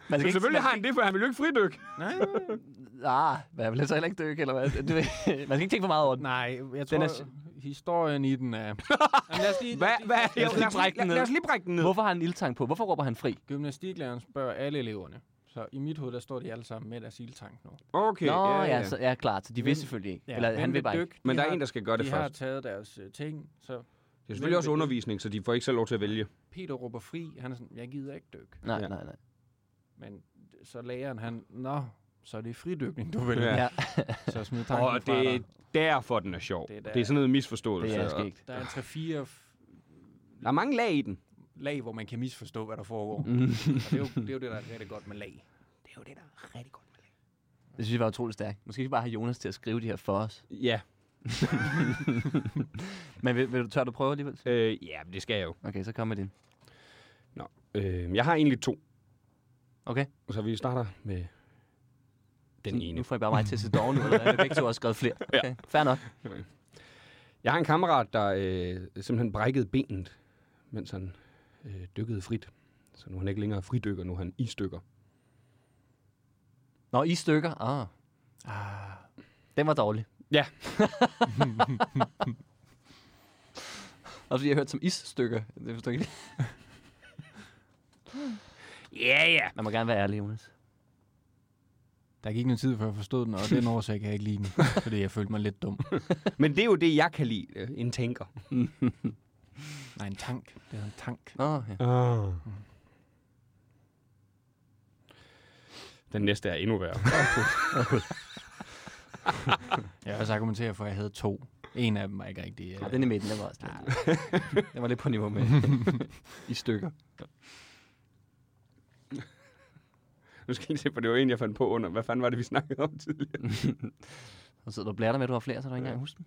Speaker 4: man
Speaker 5: Så selvfølgelig har han det, for han vil jo ikke fridykke.
Speaker 6: Nej,
Speaker 4: Ah, men jeg vil så heller ikke dykke, eller hvad? Du ved, man skal ikke tænke for meget over den.
Speaker 6: nej jeg
Speaker 4: Den
Speaker 6: tror,
Speaker 4: er
Speaker 6: er...
Speaker 4: s-
Speaker 6: historien i den er... Jamen, lad os lige,
Speaker 5: Hvad? Hvad?
Speaker 4: Lad os lige brække den ned.
Speaker 5: Lad os lige brække den ned.
Speaker 4: Hvorfor har han en ildtang på? Hvorfor råber han fri?
Speaker 6: Gymnastiklæreren spørger alle eleverne. Så i mit hoved, der står de alle sammen med deres ildtank nu.
Speaker 5: Okay,
Speaker 4: Nå,
Speaker 5: ja, ja.
Speaker 4: så ja, klart. Så de
Speaker 6: Men-
Speaker 4: vidste selvfølgelig ikke. Eller han vil
Speaker 6: Men ved
Speaker 4: bare ikke.
Speaker 6: dyk,
Speaker 5: Men
Speaker 6: de
Speaker 5: der er
Speaker 6: har-
Speaker 5: en, der skal gøre det
Speaker 6: de har
Speaker 5: først.
Speaker 6: taget deres øh, ting, så
Speaker 5: Det er selvfølgelig også undervisning, så de får ikke selv lov til at vælge.
Speaker 6: Peter råber fri. Han er sådan, jeg gider ikke dykke.
Speaker 4: Nej,
Speaker 5: Ja.
Speaker 4: nej, nej.
Speaker 6: Men så læreren han, nå, så er det fridykning, du vælger.
Speaker 5: Ja.
Speaker 6: Ja.
Speaker 4: Ja,
Speaker 6: Så smid tanken
Speaker 5: Og
Speaker 6: fra
Speaker 5: det er
Speaker 6: dig.
Speaker 5: derfor, den er sjov.
Speaker 6: Det er
Speaker 5: Det
Speaker 6: der-
Speaker 5: er, sådan noget misforståelse.
Speaker 4: det er
Speaker 5: og-
Speaker 4: skægt.
Speaker 6: Der er 3-4
Speaker 5: Der er mange lag i den.
Speaker 6: lag, hvor man kan misforstå, hvad der foregår. Mm. Og det er, jo, det er jo det, der er rigtig godt med lag. Det er jo det, der er rigtig godt med lag.
Speaker 4: Det synes jeg var utrolig stærkt. Måske skal vi bare have Jonas til at skrive de her for os.
Speaker 5: Ja,
Speaker 4: Men vil, vil du tør du prøve alligevel?
Speaker 5: øh, ja det skal jeg jo.
Speaker 4: Okay, så kom med din.
Speaker 5: Nå. Øh, jeg har egentlig to.
Speaker 4: Okay.
Speaker 5: Så vi starter med den ene.
Speaker 4: Nu får jeg bare mig til at se doven ud, eller hvad? Vi begge to har skrevet flere. Okay, ja. fair nok.
Speaker 5: Jeg har en kammerat, der øh, simpelthen brækkede benet, mens han øh, dykkede frit. Så nu er han ikke længere fridykker, nu er han isdykker.
Speaker 4: Nå, I stykker. Ah. ah. Den var dårlig.
Speaker 5: Ja.
Speaker 4: Og fordi jeg hørte som isstykker. Det forstår jeg ikke.
Speaker 5: Ja, ja.
Speaker 4: Man må gerne være ærlig, Jonas.
Speaker 6: Der gik noget tid, før jeg forstod den, og den årsag kan jeg ikke lide den, fordi jeg følte mig lidt dum.
Speaker 5: Men det er jo det, jeg kan lide. øh, En tænker.
Speaker 6: Nej, en tank. Det hedder en tank.
Speaker 4: Nå, ja.
Speaker 5: Ah. Den næste er endnu værre.
Speaker 6: Jeg vil også argumentere for, at jeg havde to. En af dem var ikke rigtig...
Speaker 4: ja.
Speaker 6: Øh,
Speaker 4: Den i midten, den var også lidt. den var lidt på niveau med i stykker.
Speaker 5: nu skal I se, for det var en, jeg fandt på under. Hvad fanden var det, vi snakkede om tidligere?
Speaker 4: Og så sidder du og blærer dig med, at du har flere, så du ikke engang husker dem.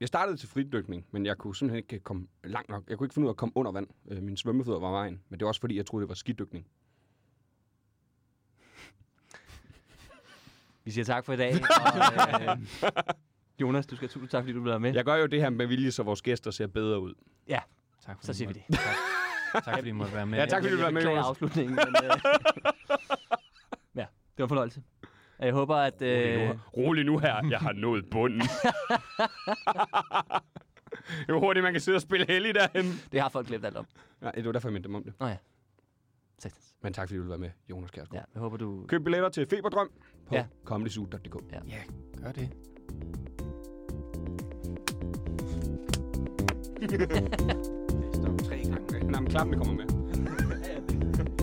Speaker 5: Jeg startede til fridykning, men jeg kunne simpelthen ikke komme langt nok. Jeg kunne ikke finde ud af at komme under vand. Øh, Mine svømmefødder var i vejen, men det var også fordi, jeg troede, det var skidykning.
Speaker 4: Vi siger tak for i dag. Og, øh, Jonas, du skal have tusind tak, fordi du blev med.
Speaker 5: Jeg gør jo det her med vilje, så vores gæster ser bedre ud.
Speaker 6: tak for
Speaker 4: Så
Speaker 6: I
Speaker 4: siger vi
Speaker 6: måtte-
Speaker 4: det.
Speaker 6: Tak, tak fordi I måtte være med.
Speaker 5: Ja, tak fordi du var med,
Speaker 4: Jeg beklager
Speaker 5: Jonas.
Speaker 4: afslutningen, men, øh, ja, det var en fornøjelse. Og Jeg håber, at... Øh,
Speaker 5: Rolig nu her, jeg har nået bunden. jo hurtigt, man kan sidde og spille heldig derhen.
Speaker 4: det har folk glemt alt om.
Speaker 5: Nej, det var derfor, jeg mindte dem om det.
Speaker 4: Nå ja. Sagtens.
Speaker 5: Men tak, fordi du ville være med, Jonas Kjærsgaard.
Speaker 4: Ja, jeg håber, du...
Speaker 5: Køb billetter til Feberdrøm på
Speaker 4: Ja.
Speaker 5: ja. comedyzoo.dk.
Speaker 6: Ja, gør det.
Speaker 5: øh, Nå, men klappen kommer med.